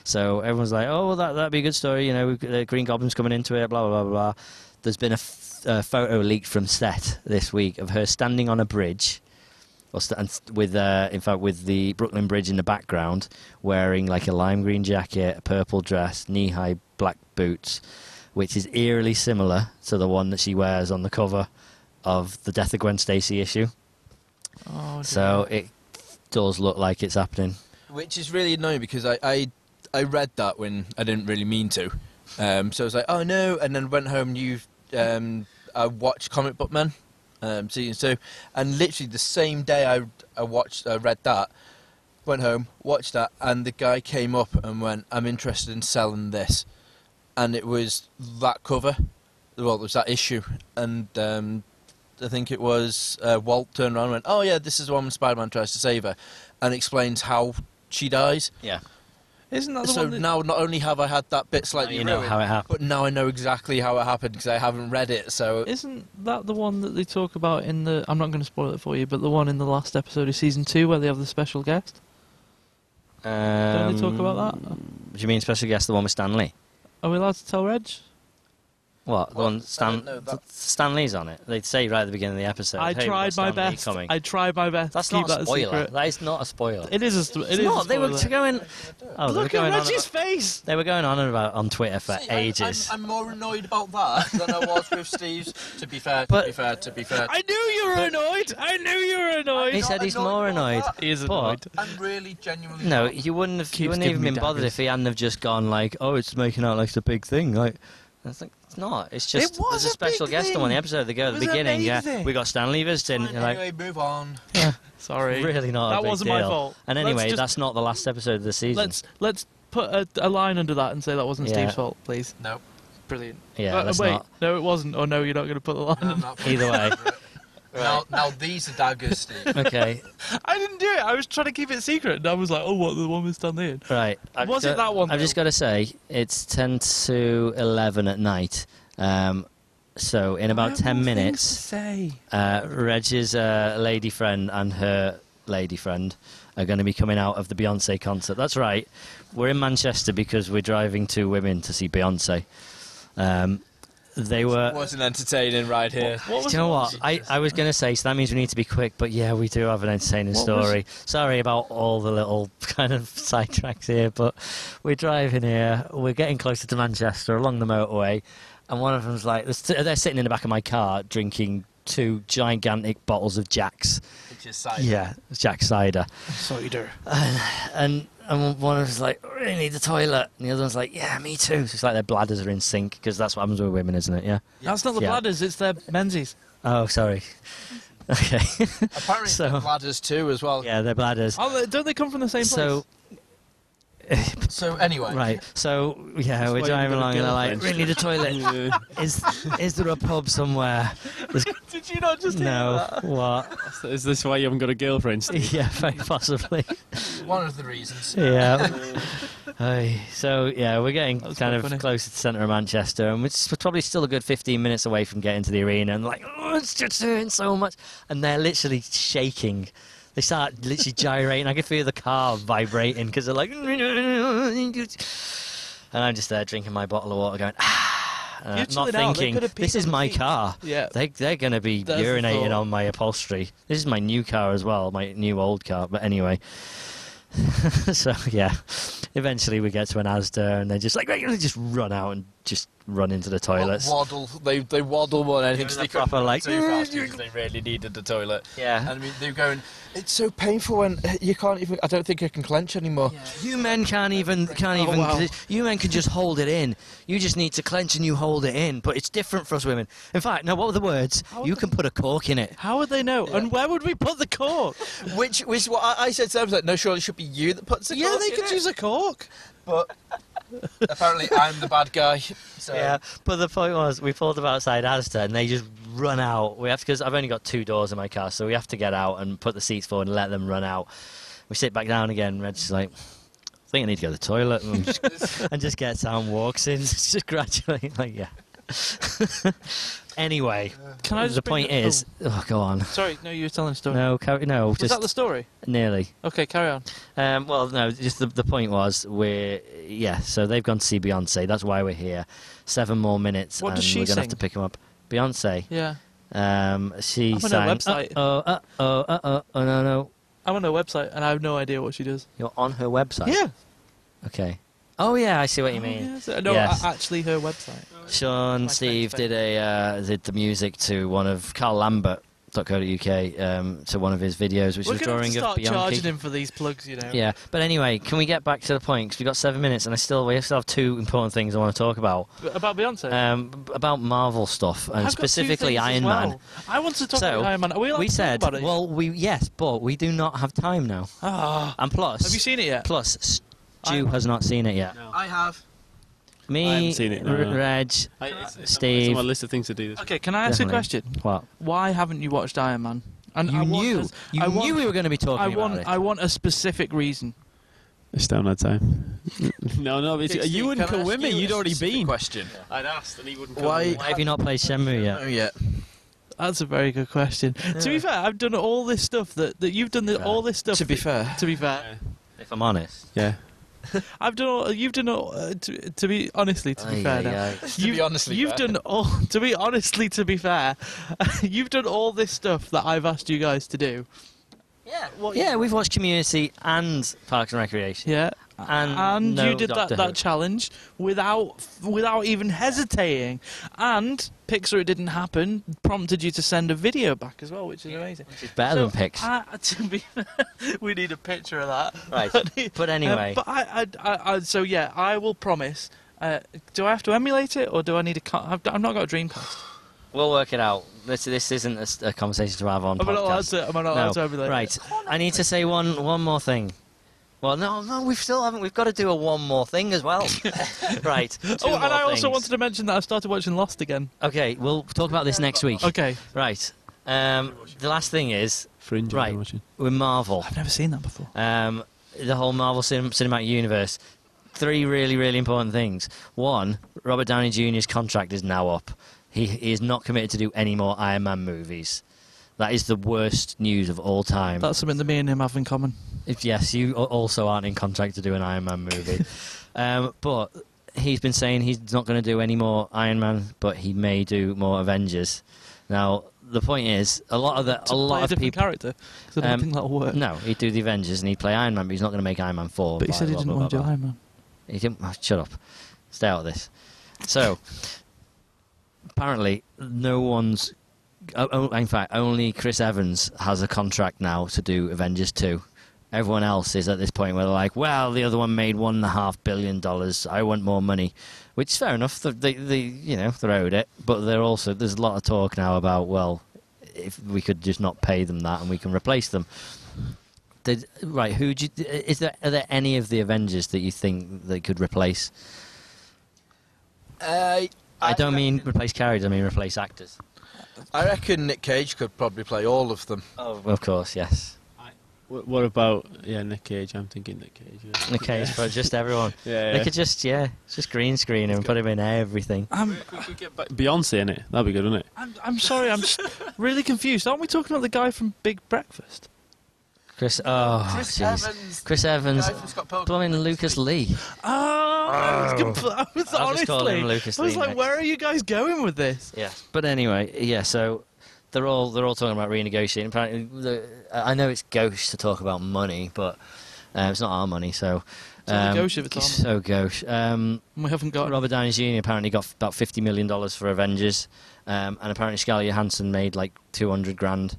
Speaker 3: So everyone's like, "Oh, well, that that'd be a good story," you know. we've got The Green Goblin's coming into it, blah blah blah blah. blah. There's been a f- uh, photo leaked from set this week of her standing on a bridge or st- and st- with uh, in fact with the Brooklyn Bridge in the background, wearing like a lime green jacket, a purple dress, knee high black boots, which is eerily similar to the one that she wears on the cover of the Death of Gwen Stacy issue.
Speaker 1: Oh, dear.
Speaker 3: So it does look like it's happening.
Speaker 4: Which is really annoying because I, I I read that when I didn't really mean to. Um, so I was like, oh no, and then went home. You, um, I watched Comic Book Man, um, season two, and literally the same day I I watched I read that, went home, watched that, and the guy came up and went, I'm interested in selling this, and it was that cover, well it was that issue, and um, I think it was uh, Walt turned around and went, oh yeah, this is the one when Spider-Man tries to save her, and explains how she dies.
Speaker 3: Yeah.
Speaker 1: isn't that the
Speaker 4: So
Speaker 1: one? That,
Speaker 4: now, not only have I had that bit
Speaker 3: Like
Speaker 4: slightly
Speaker 3: you know
Speaker 4: ruined,
Speaker 3: how it happened.
Speaker 4: but now I know exactly how it happened because I haven't read it. So
Speaker 1: isn't that the one that they talk about in the? I'm not going to spoil it for you, but the one in the last episode of season two where they have the special guest. Don't they talk about that?
Speaker 3: Um, Do you mean special guest the one with Stan Lee?
Speaker 1: Are we allowed to tell Reg?
Speaker 3: What the
Speaker 4: Well, I
Speaker 3: one Stan?
Speaker 4: don't know, that-
Speaker 3: Stan Lee's on it. They'd say right at the beginning of the episode.
Speaker 1: I
Speaker 3: "Hey, we've
Speaker 1: tried
Speaker 3: got
Speaker 1: my
Speaker 3: Stan Lee
Speaker 1: best.
Speaker 3: Coming.
Speaker 1: I tried my best.
Speaker 3: That's
Speaker 1: Keep
Speaker 3: not
Speaker 1: that
Speaker 3: a
Speaker 1: a
Speaker 3: spoiler.
Speaker 1: secret.
Speaker 3: That is not a spoiler.
Speaker 1: It is a. St- it is
Speaker 3: It's
Speaker 1: a
Speaker 3: not. They were
Speaker 1: spoiler.
Speaker 3: t- going. Oh, they were
Speaker 1: Look at
Speaker 3: going on.
Speaker 1: Reg's face.
Speaker 3: They were going on and about on Twitter for
Speaker 4: See, I-
Speaker 3: ages.
Speaker 4: I'm, I'm more annoyed about that than I was with Steve's. To be fair, to
Speaker 3: But-
Speaker 4: be fair, to be fair,
Speaker 1: I knew you were annoyed. I knew you were
Speaker 3: he
Speaker 1: annoyed.
Speaker 3: said he's
Speaker 4: annoyed
Speaker 3: more
Speaker 4: about
Speaker 3: annoyed.
Speaker 4: that.
Speaker 1: He is
Speaker 3: But-
Speaker 1: annoyed.
Speaker 4: I'm really genuinely.
Speaker 3: No,
Speaker 4: not.
Speaker 3: you wouldn't have.
Speaker 1: Keeps
Speaker 3: You wouldn't
Speaker 1: giving
Speaker 3: even
Speaker 1: me
Speaker 3: been bothered
Speaker 1: daggers.
Speaker 3: if he hadn't have just gone like, "Oh, it's making out like it's a big thing." Like, I think it's not. It's just
Speaker 1: was
Speaker 3: there's a
Speaker 1: a
Speaker 3: special
Speaker 1: big
Speaker 3: guest on one
Speaker 1: thing.
Speaker 3: of the episode. They
Speaker 1: It
Speaker 3: go at the
Speaker 1: was
Speaker 3: beginning. Yeah,
Speaker 1: amazing.
Speaker 3: we got Stan Lee visiting. You're like,
Speaker 4: anyway, move on.
Speaker 1: Sorry.
Speaker 3: really not. a
Speaker 1: That
Speaker 3: big
Speaker 1: wasn't my
Speaker 3: deal.
Speaker 1: fault.
Speaker 3: And
Speaker 1: Let's
Speaker 3: anyway,
Speaker 1: just-
Speaker 3: that's not the last episode of the season.
Speaker 1: Let's let's put a, a line under that and say that wasn't
Speaker 3: Yeah.
Speaker 1: Steve's fault, please.
Speaker 4: No,
Speaker 1: Brilliant.
Speaker 3: yeah,
Speaker 1: Uh,
Speaker 3: let's
Speaker 1: wait,
Speaker 3: not.
Speaker 1: no, it wasn't. Or no, you're not going to put the line.
Speaker 4: I'm not.
Speaker 3: Either way,
Speaker 4: Now, now these are daggers, Steve.
Speaker 3: okay,
Speaker 1: I didn't do it. I was trying to keep it secret, and I was like, "Oh, what the woman's done there."
Speaker 3: right. I've
Speaker 1: Was it
Speaker 3: got-
Speaker 1: that one,
Speaker 3: I've just
Speaker 1: though?
Speaker 3: got to say, it's ten to eleven at night. Um, so in about ten minutes.
Speaker 1: say.
Speaker 3: Uh, Reg's uh, lady friend and her lady friend are going to be coming out of the Beyonce concert. That's right. We're in Manchester because we're driving two women to see Beyonce. Um, they were.
Speaker 4: was an entertaining ride here.
Speaker 1: What was
Speaker 3: Do you know
Speaker 1: the-
Speaker 3: what? I, I was going to say, so that means we need to be quick, but yeah, we do have an entertaining
Speaker 1: What was-
Speaker 3: story. Sorry about all the little kind of sidetracks here, but we're driving here, we're getting closer to Manchester along the motorway, and one of them's like, there's t- they're sitting in the back of my car drinking two gigantic bottles of Jack's.
Speaker 4: Which is sad.
Speaker 3: Yeah, Jack Cider.
Speaker 1: Cider.
Speaker 3: And, and one of them's like, I really need the toilet. And the other one's like, yeah, me too. So it's like their bladders are in sync, because that's what happens with women, isn't it? Yeah.
Speaker 1: That's not the
Speaker 3: Yeah.
Speaker 1: bladders. It's their menzies.
Speaker 3: Oh, sorry. Okay.
Speaker 4: Apparently,
Speaker 3: So-
Speaker 4: the ladders too as well.
Speaker 3: yeah, their
Speaker 5: Oh,
Speaker 3: bladders.
Speaker 1: Aren't Oh, they- don't they come from the same place?
Speaker 3: So
Speaker 4: So anyway,
Speaker 3: right, so yeah,
Speaker 5: That's why
Speaker 3: we're
Speaker 5: you've
Speaker 3: driving
Speaker 5: got a
Speaker 3: along and they're like,
Speaker 5: girlfriend.
Speaker 3: "Really, the toilet
Speaker 5: Yeah.
Speaker 3: is is there a pub somewhere?"
Speaker 1: did you not just hear
Speaker 3: no,
Speaker 1: that?
Speaker 3: what?
Speaker 5: So Is this why you haven't got a girlfriend? Steve?
Speaker 3: yeah, very possibly.
Speaker 4: One of the reasons.
Speaker 3: Yeah. Aye. so yeah, we're getting
Speaker 1: That was
Speaker 3: kind
Speaker 1: quite
Speaker 3: of
Speaker 1: funny.
Speaker 3: closer to the centre of Manchester, and we're, s- we're probably still a good 15 minutes away from getting to the arena. And like, oh, it's just hurting so much, and they're literally shaking. They start literally gyrating. I can feel the car vibrating because they're like, "Oh, and I'm just there drinking my bottle of water, going, ah, and
Speaker 1: You're
Speaker 3: I'm not
Speaker 1: chilling out. They
Speaker 3: thinking,
Speaker 1: could have peed
Speaker 3: this is
Speaker 1: on the
Speaker 3: my
Speaker 1: seats."
Speaker 3: car.
Speaker 1: Yeah.
Speaker 3: They, they're going to be
Speaker 1: That's the
Speaker 3: urinating
Speaker 1: thought.
Speaker 3: on my upholstery. This is my new car as well, my new old car. But anyway, so yeah, eventually we get to an Asda and they're just like, right, you just run out and
Speaker 14: just run into the toilets.
Speaker 4: Waddle. They they waddle more than anything.
Speaker 3: Doing
Speaker 4: 'cause
Speaker 3: the
Speaker 4: They couldn't
Speaker 3: proper, like,
Speaker 4: too fast because they really needed the toilet.
Speaker 3: Yeah.
Speaker 4: And I mean, they're going. It's so painful when uh, you can't even. I don't think I can clench anymore.
Speaker 14: You men can't even can't even.
Speaker 1: Oh, wow.
Speaker 14: You men can just hold it in. You just need to clench and you hold it in. But it's different for us women. In fact, now what were the words? You can put a cork in it.
Speaker 1: How would they know? And where would we put the cork?
Speaker 4: Which which what I, I said to them I was like, no, surely it should be you that puts the.
Speaker 1: yeah,
Speaker 4: cork
Speaker 1: they
Speaker 4: in
Speaker 1: could
Speaker 4: it."
Speaker 1: use a cork.
Speaker 4: But apparently, I'm the bad guy. So
Speaker 1: um,
Speaker 3: Yeah, but the point was, we pulled them outside Asda, and they just run out. We have because I've only got two doors in my car, so we have to get out and put the seats forward and let them run out. We sit back down again. Reg's like, I think I need to go to the toilet, and, I'm just, and just gets out and walks in, just gradually. Like, yeah. anyway,
Speaker 1: Can I just
Speaker 3: the
Speaker 1: bring
Speaker 3: point is, oh, go on.
Speaker 1: oh, sorry, no, you were telling a story.
Speaker 3: No, carry, no,
Speaker 1: Was
Speaker 3: just
Speaker 1: that the story?
Speaker 3: nearly.
Speaker 1: Okay, carry on.
Speaker 3: Um, well, no, just the, the point was we're yeah. So they've gone to see Beyonce. That's why we're here. Seven more minutes,
Speaker 1: What
Speaker 3: and
Speaker 1: does she
Speaker 3: we're gonna
Speaker 1: sing?
Speaker 3: have to pick him up. Beyonce.
Speaker 1: Yeah,
Speaker 3: Um, she
Speaker 1: I'm on her
Speaker 3: sang.
Speaker 1: website.
Speaker 3: Oh, uh oh, uh oh, oh no no.
Speaker 1: I'm on her website and I have no idea what she does.
Speaker 3: You're on her website.
Speaker 1: Yeah,
Speaker 3: Okay. Oh yeah, I see what you
Speaker 1: Oh,
Speaker 3: mean.
Speaker 1: yes. No,
Speaker 3: Yes.
Speaker 1: a- actually, her website.
Speaker 3: Sean
Speaker 1: Oh, My
Speaker 3: Steve
Speaker 1: favourite.
Speaker 3: did a uh, did the music to one of Carl Lambert. .co.uk um, to one of his videos, which
Speaker 1: We're gonna have
Speaker 3: was
Speaker 1: to
Speaker 3: drawing
Speaker 1: start
Speaker 3: of Bianchi.
Speaker 1: charging him for these plugs, you know.
Speaker 3: Yeah, but anyway, can we get back to the point? Because we've got seven minutes, and I still we still have two important things I want to talk about
Speaker 1: B- About Beyonce.
Speaker 3: um, b- about Marvel stuff, and
Speaker 1: I've got two
Speaker 3: specifically
Speaker 1: things as
Speaker 3: Iron
Speaker 1: well.
Speaker 3: Man.
Speaker 1: I want to talk
Speaker 3: So,
Speaker 1: about Iron Man. Are we allowed
Speaker 3: We
Speaker 1: to
Speaker 3: said,
Speaker 1: talk about it?
Speaker 3: well, we yes, but we do not have time now.
Speaker 1: Ah.
Speaker 3: And plus,
Speaker 1: have you seen it yet?
Speaker 3: plus, Stu
Speaker 1: Iron-
Speaker 3: has not seen it yet.
Speaker 15: I have.
Speaker 3: Me,
Speaker 5: I haven't seen it, no,
Speaker 3: R-
Speaker 5: no.
Speaker 3: Reg,
Speaker 5: I, it's, it's
Speaker 3: Steve.
Speaker 5: on my list of things to do this.
Speaker 1: Okay, can I ask you a
Speaker 3: Definitely.
Speaker 1: question?
Speaker 3: what?
Speaker 1: Why haven't you watched Iron Man? And
Speaker 3: You
Speaker 1: I want
Speaker 3: knew,
Speaker 1: us-
Speaker 3: you
Speaker 1: I
Speaker 3: knew
Speaker 1: want-
Speaker 3: we were going to be talking
Speaker 1: I
Speaker 3: about
Speaker 1: want,
Speaker 3: it.
Speaker 1: I want a specific reason.
Speaker 5: It's down that time. no, no, it's,
Speaker 4: Steve,
Speaker 5: you wouldn't
Speaker 4: can I
Speaker 5: come
Speaker 4: ask
Speaker 5: with me.
Speaker 4: you a
Speaker 5: You'd already
Speaker 4: specific
Speaker 5: been.
Speaker 4: Question.
Speaker 5: I'd asked, and he wouldn't
Speaker 4: come Why- with me.
Speaker 3: Why have you not played Shenmue yet?
Speaker 4: Oh yeah.
Speaker 1: That's a very good question. To be fair, I've done all this stuff that, that you've done the, all this stuff.
Speaker 4: To be
Speaker 1: that-
Speaker 4: fair.
Speaker 1: to be fair,
Speaker 3: If I'm honest.
Speaker 5: Yeah.
Speaker 1: I've done all. You've done all. Uh, to, to be honestly, to be
Speaker 3: Aye,
Speaker 1: fair,
Speaker 3: aye,
Speaker 1: now,
Speaker 3: aye.
Speaker 4: To be honestly
Speaker 1: you've
Speaker 4: fair.
Speaker 1: done all. To be honestly, to be fair, you've done all this stuff that I've asked you guys to do.
Speaker 3: Yeah, we've watched Community and Parks and Recreation.
Speaker 1: Yeah,
Speaker 3: And,
Speaker 1: and
Speaker 3: no
Speaker 1: you did that,
Speaker 3: Doctor Who.
Speaker 1: that challenge without without even hesitating. And Pixar, it didn't happen, prompted you to send a video back as well, which is amazing.
Speaker 3: It's better than
Speaker 1: So, uh,
Speaker 3: Pix.
Speaker 1: I- to be, we need a picture of that.
Speaker 3: Right.
Speaker 1: But-
Speaker 3: But anyway.
Speaker 1: Um, but I, I, I, I, so yeah, I will promise. Uh, do I have to emulate it, or do I need a? co- I've, I've not got a Dreamcast.
Speaker 3: We'll work it out. This, this isn't a s- a, conversation to have on
Speaker 1: Am I not allowed
Speaker 3: podcast.
Speaker 1: to? Am I not allowed to emulate? it?
Speaker 3: Right. I need to say one one more thing. Well, no, no, we still haven't. We've got to do a one more thing as well. right. two
Speaker 1: Oh, and
Speaker 3: more
Speaker 1: I also
Speaker 3: things.
Speaker 1: wanted to mention that I started watching Lost again.
Speaker 3: Okay, we'll talk about this next week.
Speaker 1: Okay,
Speaker 3: Right. Um, the last thing is
Speaker 5: Fringe.
Speaker 3: Right.
Speaker 5: I'm watching.
Speaker 3: with Marvel.
Speaker 1: I've never seen that before.
Speaker 3: um, the whole Marvel cin- Cinematic Universe. Three really, really important things. One, Robert Downey Jr.'s contract is now up. He, he is not committed to do any more Iron Man movies. That is the worst news of all time.
Speaker 1: That's something that me and him have in common.
Speaker 3: If yes, you a- also aren't in contract to do an Iron Man movie. um, but he's been saying he's not going to do any more Iron Man, but he may do more Avengers. Now, the point is, a lot of the
Speaker 1: To
Speaker 3: a
Speaker 1: play
Speaker 3: lot
Speaker 1: a
Speaker 3: of
Speaker 1: different
Speaker 3: people.
Speaker 1: character. So I don't
Speaker 3: Um,
Speaker 1: think that'll work.
Speaker 3: No, he'd do the Avengers and he'd play Iron Man, but he's not going to make Iron Man four.
Speaker 1: but he
Speaker 3: blah,
Speaker 1: said he
Speaker 3: blah,
Speaker 1: didn't
Speaker 3: blah,
Speaker 1: want to
Speaker 3: blah,
Speaker 1: do
Speaker 3: blah.
Speaker 1: Iron Man.
Speaker 3: He didn't. oh, shut up. Stay out of this. So, apparently, no one's. Oh, oh, in fact, only Chris Evans has a contract now to do Avengers 2. Everyone else is at this point where they're like, well, the other one made one and a half billion dollars. I want more money, which is fair enough. They, they, they, you know, they're owed it. But they're also there's a lot of talk now about well, if we could just not pay them that and we can replace them. Did, right, who do you, is there? Are there any of the Avengers that you think they could replace?
Speaker 4: Uh,
Speaker 3: I, don't mean replace characters. I mean replace actors.
Speaker 4: I reckon Nick Cage could probably play all of them.
Speaker 3: Oh, of course, yes.
Speaker 5: What, what about yeah Nick Cage? I'm thinking Nick Cage. Yeah.
Speaker 3: Okay, it's for just everyone.
Speaker 5: Yeah,
Speaker 3: They
Speaker 5: yeah.
Speaker 3: could just yeah, just green screen him and put him in everything.
Speaker 1: I'm,
Speaker 5: But Beyonce in it. That'd be good, wouldn't it?
Speaker 1: I'm, I'm sorry, I'm just really confused. Aren't we talking about the guy from Big Breakfast?
Speaker 3: Chris. Oh,
Speaker 4: Chris
Speaker 3: jeez.
Speaker 4: Evans.
Speaker 3: Chris Evans.
Speaker 4: Guy from Scott Pilgrim.
Speaker 3: Plumbing Lucas Lee.
Speaker 1: Oh, I was, compl- I was
Speaker 3: Oh. I'll just
Speaker 1: honestly,
Speaker 3: call him Lucas
Speaker 1: I was
Speaker 3: Lee
Speaker 1: like,
Speaker 3: next.
Speaker 1: where are you guys going with this?
Speaker 3: Yeah. But anyway, yeah. So they're all they're all talking about renegotiating. Apparently, the, I know it's gauche to talk about money, but uh, it's not our money. So
Speaker 1: all
Speaker 3: Um,
Speaker 1: gauche if it's on.
Speaker 3: so gauche. Um,
Speaker 1: And we haven't got.
Speaker 3: Robert Downey Jr. apparently got about fifty million dollars for Avengers, um, and apparently Scarlett Johansson made like two hundred grand.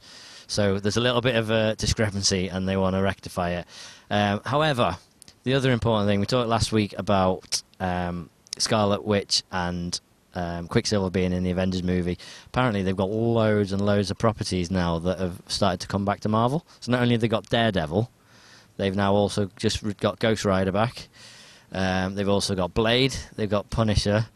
Speaker 3: So there's a little bit of a discrepancy, and they want to rectify it. Um, however, the other important thing we talked last week about um, Scarlet Witch and um, Quicksilver being in the Avengers movie. Apparently, they've got loads and loads of properties now that have started to come back to Marvel. So not only have they got Daredevil, they've now also just re- got Ghost Rider back. Um, they've also got Blade. They've got Punisher.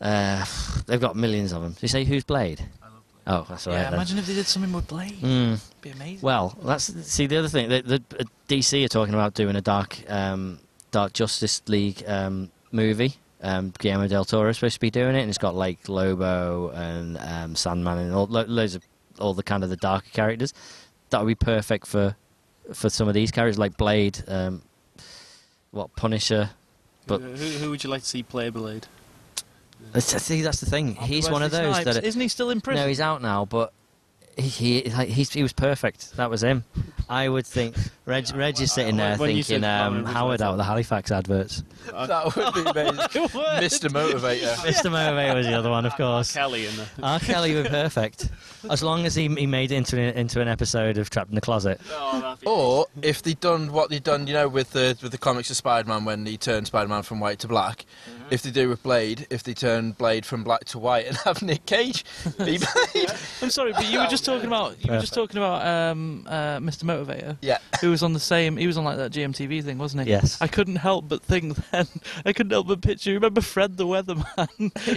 Speaker 3: Uh, they've got millions of them. Did you say who's Blade? I love Blade. Oh, that's all right.
Speaker 1: yeah,
Speaker 3: then.
Speaker 1: imagine if they did something with Blade.
Speaker 3: Mm.
Speaker 1: be amazing.
Speaker 3: Well, that's see the other thing. The, the uh, DC are talking about doing a dark, um, dark Justice League um, movie. Um, Guillermo del Toro is supposed to be doing it, and it's got like Lobo and um, Sandman and all, lo- loads of all the kind of the darker characters. That would be perfect for for some of these characters, like Blade, um, what Punisher. But-
Speaker 5: who, who would you like to see play Blade?
Speaker 3: I see, that's the thing. He's
Speaker 1: Wesley
Speaker 3: one of those
Speaker 1: Snipes.
Speaker 3: that
Speaker 1: isn't he still in prison?
Speaker 3: No, he's out now, but he he like, he's, he was perfect. That was him. I would think Reg Reg is sitting there
Speaker 5: when you
Speaker 3: thinking
Speaker 5: said
Speaker 3: um,
Speaker 5: Cameron was
Speaker 3: Howard
Speaker 5: like
Speaker 3: out of the Halifax adverts.
Speaker 8: That would be amazing. Mr. Motivator.
Speaker 3: Mr. Motivator was the other one, of course.
Speaker 5: Kelly and the,
Speaker 3: R. Kelly were perfect, as long as he, he made it into an, into an episode of Trapped in the Closet.
Speaker 5: Oh,
Speaker 3: Oh,
Speaker 8: Or if they'd done what they'd done, you know, with the with the comics of Spider-Man when he turned Spider-Man from white to black. If they do with Blade, if they turn Blade from black to white and have Nick Cage be Blade.
Speaker 1: I'm sorry, but you were just talking about you were just talking about um, uh, Mr. Motivator,
Speaker 8: yeah.
Speaker 1: who was on the same. He was on like that GMTV thing, wasn't he?
Speaker 3: Yes.
Speaker 1: I couldn't help but think then. I couldn't help but picture. Remember Fred the Weatherman?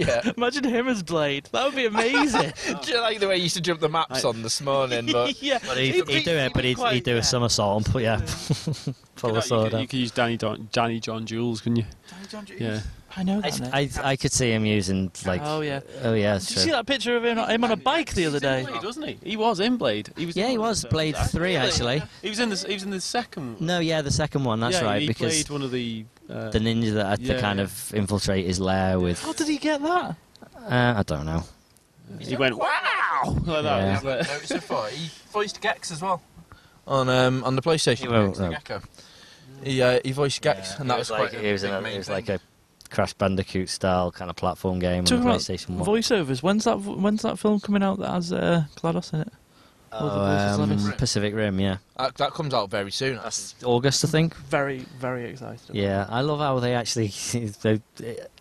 Speaker 8: Yeah. Oh.
Speaker 1: Imagine him as Blade. That would be amazing.
Speaker 8: Do you like the way he used to jump the maps on this morning? But
Speaker 1: yeah.
Speaker 3: But he'd,
Speaker 1: He'd
Speaker 3: he'd
Speaker 1: be-
Speaker 3: do it, but he'd, he'd do a somersault and put yeah, full of
Speaker 5: you, could,
Speaker 3: soda.
Speaker 5: you could use Danny Don, Danny John Jules, couldn't you? Yeah.
Speaker 1: I know that. name.
Speaker 3: I, I could see him using like
Speaker 1: oh yeah.
Speaker 3: oh yeah, that's
Speaker 1: Did you see
Speaker 3: true.
Speaker 1: that picture of him, him on a bike the other day?
Speaker 5: Blade, wasn't he? He was in Blade. He was
Speaker 3: yeah,
Speaker 5: in
Speaker 3: he
Speaker 5: one of
Speaker 3: was
Speaker 5: the-
Speaker 3: Blade Three actually.
Speaker 5: He was in the he was in the second. one.
Speaker 3: No, yeah, the second one. That's
Speaker 5: yeah,
Speaker 3: right
Speaker 5: He
Speaker 3: because
Speaker 5: played one of the. Uh,
Speaker 3: the ninja that had
Speaker 5: Yeah,
Speaker 3: to kind
Speaker 5: yeah.
Speaker 3: of infiltrate his lair with.
Speaker 1: How did he get that?
Speaker 3: Uh, I don't know.
Speaker 5: he went wow like that.
Speaker 3: Yeah.
Speaker 5: It was like-
Speaker 8: noticed it before. He voiced Gex as well on um, on the PlayStation.
Speaker 3: He won't,
Speaker 8: Gex the
Speaker 3: no.
Speaker 8: Gecko. He uh, he voiced Gex, and that
Speaker 3: it
Speaker 8: was,
Speaker 3: like
Speaker 8: quite.
Speaker 3: it was,
Speaker 8: a,
Speaker 3: an-
Speaker 8: big
Speaker 3: it was
Speaker 8: main
Speaker 3: like
Speaker 8: thing.
Speaker 3: a Crash Bandicoot style kind of platform game
Speaker 1: Talking
Speaker 3: on the
Speaker 1: about
Speaker 3: PlayStation One.
Speaker 1: Voiceovers. When's that? v- When's that film coming out that has uh, Glados in it? All the
Speaker 3: Oh,
Speaker 1: voices on
Speaker 3: um,
Speaker 1: it.
Speaker 3: Pacific Rim, yeah.
Speaker 8: that, that comes out very soon. actually.
Speaker 3: August, I think.
Speaker 1: Very, very excited. about
Speaker 3: Yeah, I love how they actually. they,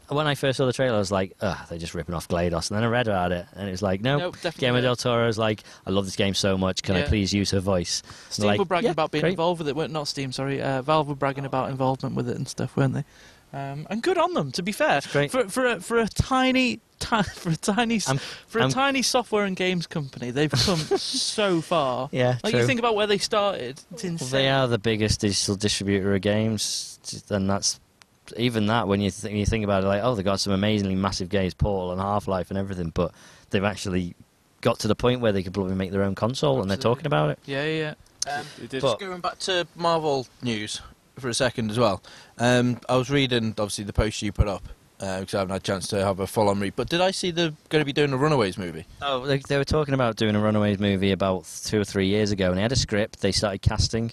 Speaker 3: when I first saw the trailer, I was like, "Ugh, they're just ripping off Glados." And then I read about it, and it was like, "No."
Speaker 1: Nope, definitely
Speaker 3: Guillermo
Speaker 1: not.
Speaker 3: del Toro's like, "I love this game so much. Can I
Speaker 1: Yeah.
Speaker 3: please use her voice?"
Speaker 1: Steam
Speaker 3: Like,
Speaker 1: were bragging
Speaker 3: yeah,
Speaker 1: about being
Speaker 3: great.
Speaker 1: involved with it. Well, not Steam, sorry. Uh, Valve were bragging about involvement with it and stuff, weren't they? Um, and good on them, to be fair.
Speaker 3: great.
Speaker 1: For for a, for a tiny ti- for a tiny s
Speaker 3: I'm-
Speaker 1: for a
Speaker 3: I'm-
Speaker 1: tiny software and games company, they've come so far.
Speaker 3: Yeah,
Speaker 1: Like
Speaker 3: true.
Speaker 1: you think about where they started, it's
Speaker 3: Well,
Speaker 1: insane.
Speaker 3: they are the biggest digital distributor of games, and that's even that when you th- you think about it, like oh, they got some amazingly massive games, Portal and Half Life and everything, but they've actually got to the point where they could probably make their own console, and they're
Speaker 1: Absolutely.
Speaker 3: talking about it.
Speaker 1: Yeah, yeah, yeah.
Speaker 5: it did-
Speaker 3: But
Speaker 8: Going back to Marvel news for a second as well. Um, I was reading obviously the post you put up because I haven't had a chance to have a full-on read. But did I see they're going to be doing a Runaways movie?
Speaker 3: oh, they, they were talking about doing a Runaways movie about two or three years ago, and they had a script. They started casting,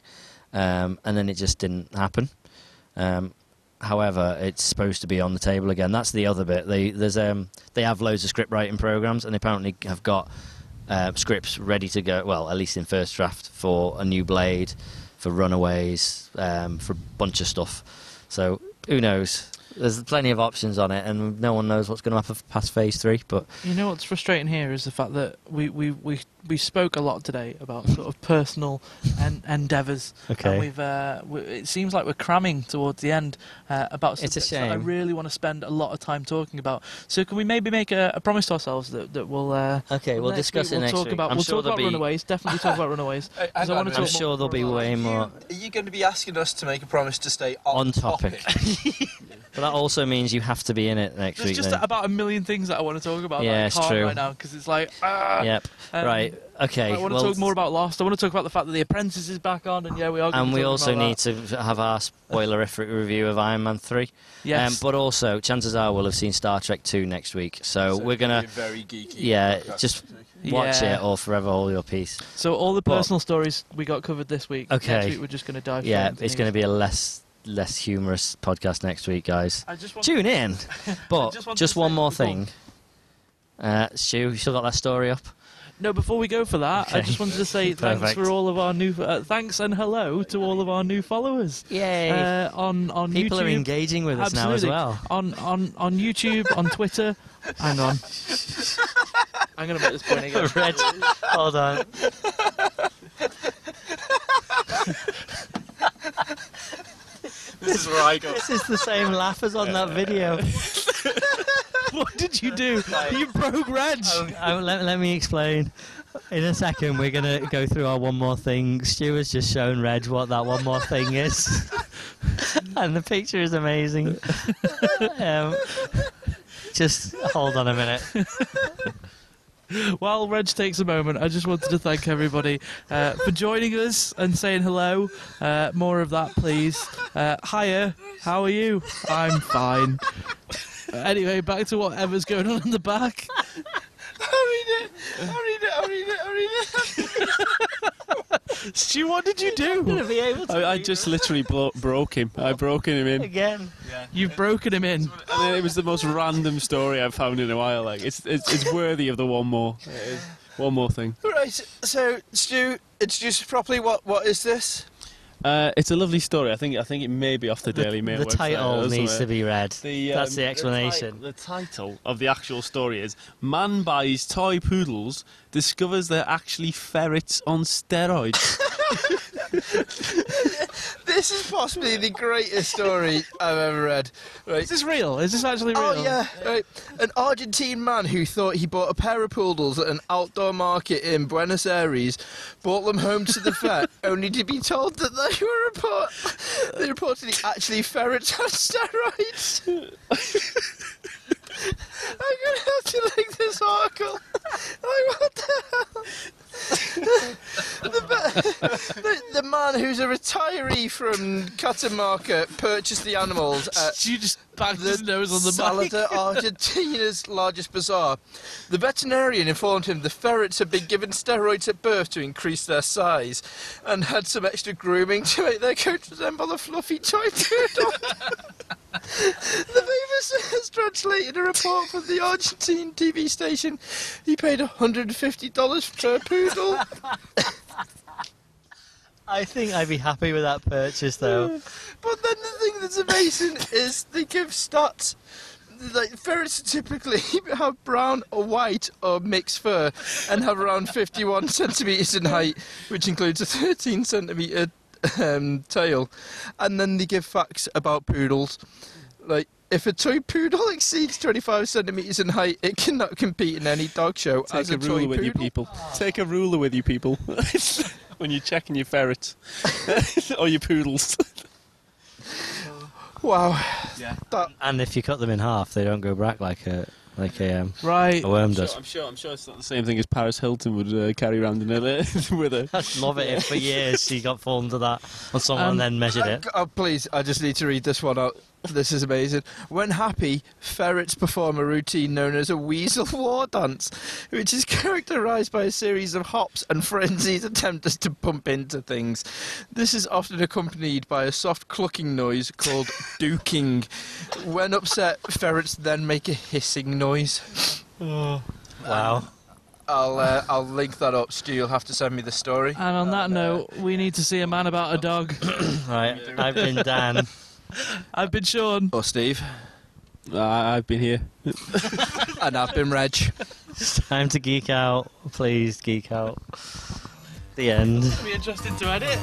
Speaker 3: um, and then it just didn't happen. Um, however, it's supposed to be on the table again. That's the other bit. They there's um they have loads of script writing programs, and they apparently have got uh, scripts ready to go. Well, at least in first draft for a new Blade, for Runaways, um, for a bunch of stuff. So who knows? There's plenty of options on it, and no one knows what's going to happen past phase three. But
Speaker 1: You know what's frustrating here is the fact that we we, we, we spoke a lot today about sort of personal en- endeavours.
Speaker 3: Okay.
Speaker 1: And we've uh, we, it seems like we're cramming towards the end uh, about
Speaker 3: It's a
Speaker 1: subjects that I
Speaker 3: shame.
Speaker 1: really want to spend a lot of time talking about. So can we maybe make a, a promise to ourselves that that we'll uh,
Speaker 3: okay, we'll
Speaker 1: next
Speaker 3: discuss
Speaker 1: week
Speaker 3: it next
Speaker 1: we'll talk
Speaker 3: week.
Speaker 1: about
Speaker 3: I'm
Speaker 1: we'll
Speaker 3: sure
Speaker 1: talk about
Speaker 3: there'll be.
Speaker 1: runaways. Definitely talk about runaways.
Speaker 4: Uh,
Speaker 8: Hey,
Speaker 1: 'cause I
Speaker 8: hang
Speaker 1: want
Speaker 8: on
Speaker 1: to
Speaker 8: a
Speaker 3: I'm
Speaker 1: talk. more-
Speaker 3: sure there'll be way more.
Speaker 8: Are you going to be asking us to make a promise to stay on,
Speaker 3: On topic. But that also means you have to be in it next
Speaker 1: There's
Speaker 3: week.
Speaker 1: just
Speaker 3: then.
Speaker 1: about a million things that I want to talk about.
Speaker 3: Yeah,
Speaker 1: that I
Speaker 3: it's
Speaker 1: can't
Speaker 3: true.
Speaker 1: Right now, because it's like ah,
Speaker 3: Yep.
Speaker 1: um,
Speaker 3: right. Okay.
Speaker 1: I want to
Speaker 3: well,
Speaker 1: talk more about Lost. I want to talk about the fact that The Apprentice is back on, and yeah, we are. gonna
Speaker 3: and
Speaker 1: be
Speaker 3: we
Speaker 1: talking
Speaker 3: also
Speaker 1: about
Speaker 3: need
Speaker 1: that.
Speaker 3: to have our spoilerific review of Iron Man 3.
Speaker 1: Yes.
Speaker 3: um, but also, chances are we'll have seen Star Trek 2 next week. So, we're going to,
Speaker 8: very geeky.
Speaker 3: yeah, just watch
Speaker 1: Yeah.
Speaker 3: it or forever hold your peace.
Speaker 1: So all the
Speaker 3: But-
Speaker 1: personal stories we got covered this week.
Speaker 3: Okay.
Speaker 1: Next week we're just going to dive.
Speaker 3: Yeah,
Speaker 1: straight into
Speaker 3: it's
Speaker 1: news.
Speaker 3: going to be a less less humorous podcast next week, guys.
Speaker 1: I just want
Speaker 3: Tune in.
Speaker 1: just
Speaker 3: But just,
Speaker 1: wanted to
Speaker 3: one
Speaker 1: say
Speaker 3: more
Speaker 1: before-
Speaker 3: thing. Uh, Stu, you still got that story up?
Speaker 1: No, before we go for that, I
Speaker 3: Okay.
Speaker 1: just wanted to say thanks
Speaker 3: Perfect.
Speaker 1: for all of our new uh, thanks and hello to all of our new followers.
Speaker 3: Yay.
Speaker 1: Uh, on on
Speaker 3: People are
Speaker 1: YouTube,
Speaker 3: engaging with us now as
Speaker 1: Absolutely.
Speaker 3: well.
Speaker 1: On on on YouTube, on Twitter. Hang on. I'm gonna make this point again.
Speaker 3: Red, hold on.
Speaker 16: This is where I go.
Speaker 3: This is the same laugh as on that video.
Speaker 1: What did you do? You broke Reg.
Speaker 3: Oh, oh, let, let me explain. In a second, we're going to go through our one more thing. Stu has just shown Reg what that one more thing is. and the picture is amazing. um, just hold on a minute.
Speaker 1: While Reg takes a moment, I just wanted to thank everybody uh, for joining us and saying hello. Uh, more of that, please. Uh, hiya, how are you? I'm fine. Anyway, back to whatever's going on in the back. Stu, what did you do?
Speaker 3: to be able to
Speaker 5: I, I just literally blo- broke him. I broke him in.
Speaker 3: again.
Speaker 1: You've broken him in.
Speaker 5: And then it was the most random story I've found in a while. Like it's it's, it's worthy of the one more. It is. One more thing.
Speaker 4: Right, so Stu, introduce us properly. What what is this?
Speaker 5: Uh, it's a lovely story. I think I think it may be off the, Daily Mail.
Speaker 3: the
Speaker 5: website or
Speaker 3: title needs to
Speaker 5: somewhere.
Speaker 3: be read.
Speaker 5: The, um,
Speaker 3: That's the explanation.
Speaker 5: The, ti- the title of the actual story is "Man buys toy poodles, discovers they're actually ferrets on steroids."
Speaker 4: This is possibly the greatest story I've ever read. Right.
Speaker 1: Is this real? Is this actually real?
Speaker 4: Oh yeah, right. An Argentine man who thought he bought a pair of poodles at an outdoor market in Buenos Aires, brought them home to the vet, only to be told that they were report they reportedly actually ferrets on steroids. I'm gonna have to link this article. Like what the hell? the, the man who's a retiree from Catamarca purchased the animals at
Speaker 1: Stu just banged his nose on the mic.
Speaker 4: Salada, Argentina's largest bazaar. The veterinarian informed him the ferrets had been given steroids at birth to increase their size and had some extra grooming to make their coat resemble a fluffy toy poodle. the BBC has translated a report from the Argentine TV station. He paid $150 per poodle.
Speaker 3: I think I'd be happy with that purchase, though.
Speaker 4: But then the thing that's amazing is they give stats. Like ferrets typically have brown or white or mixed fur and have around 51 centimeters in height, which includes a 13 centimeter um, tail. And then they give facts about poodles. Like if a toy poodle exceeds 25 centimeters in height, it cannot compete in any dog show as
Speaker 5: Take
Speaker 4: a,
Speaker 5: a Ah.
Speaker 4: toy
Speaker 5: ruler with you,
Speaker 4: poodle.
Speaker 5: people. Take a ruler with you, people. when you're checking your ferrets or your poodles.
Speaker 4: Wow.
Speaker 3: And if you cut them in half, they don't go back like a like a, um,
Speaker 1: Right.
Speaker 3: a worm
Speaker 5: I'm
Speaker 3: does.
Speaker 5: sure, I'm sure. I'm sure it's not the same thing as Paris Hilton would uh, carry around in her with her.
Speaker 3: I'd love it if for years she got formed to that on someone
Speaker 1: Um,
Speaker 3: and then measured it.
Speaker 4: Oh, please, I just need to read this one out. This is amazing. When happy, ferrets perform a routine known as a weasel war dance, which is characterized by a series of hops and frenzied attempts to bump into things. This is often accompanied by a soft clucking noise called duking. When upset, ferrets then make a hissing noise.
Speaker 3: Wow.
Speaker 4: I'll uh, I'll link that up. Stu, you'll have to send me the story.
Speaker 1: And on that note, we need to see a man about a dog.
Speaker 3: Right. I've been Dan.
Speaker 1: I've been Sean.
Speaker 4: Or Steve,
Speaker 5: Uh, I've been here.
Speaker 4: and I've been Reg.
Speaker 3: It's time to geek out. Please geek out. The end.
Speaker 1: Be interested to edit.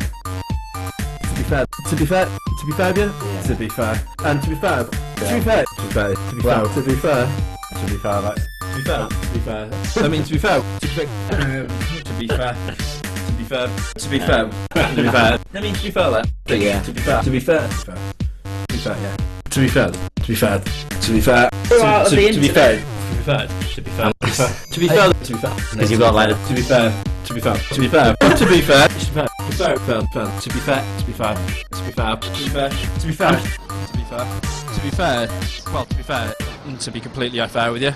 Speaker 6: To be fair, to be fair, to be fair, yeah. To be fair, and to be fair, to be fair, to be fair, to be fair, to be fair, to be fair, like, to be fair, to be fair. I mean, to be fair, to be fair, Um, to be fair, to be fair, to be fair, to be fair. I mean, to be fair, like, but yeah, to be fair, to be fair, to be fair, yeah. To be fair, to be fair, to be fair, to, to, to be fair, to be fair, to be fair, to be fair, to be fair, because you've got like to be fair, to be fair, to be fair, to be fair, to be fair, to be fair, to be fair, to be fair. To be fair, to be fair, to be fair, to be fair,
Speaker 4: To be fair, well, to be fair, to be completely unfair with you,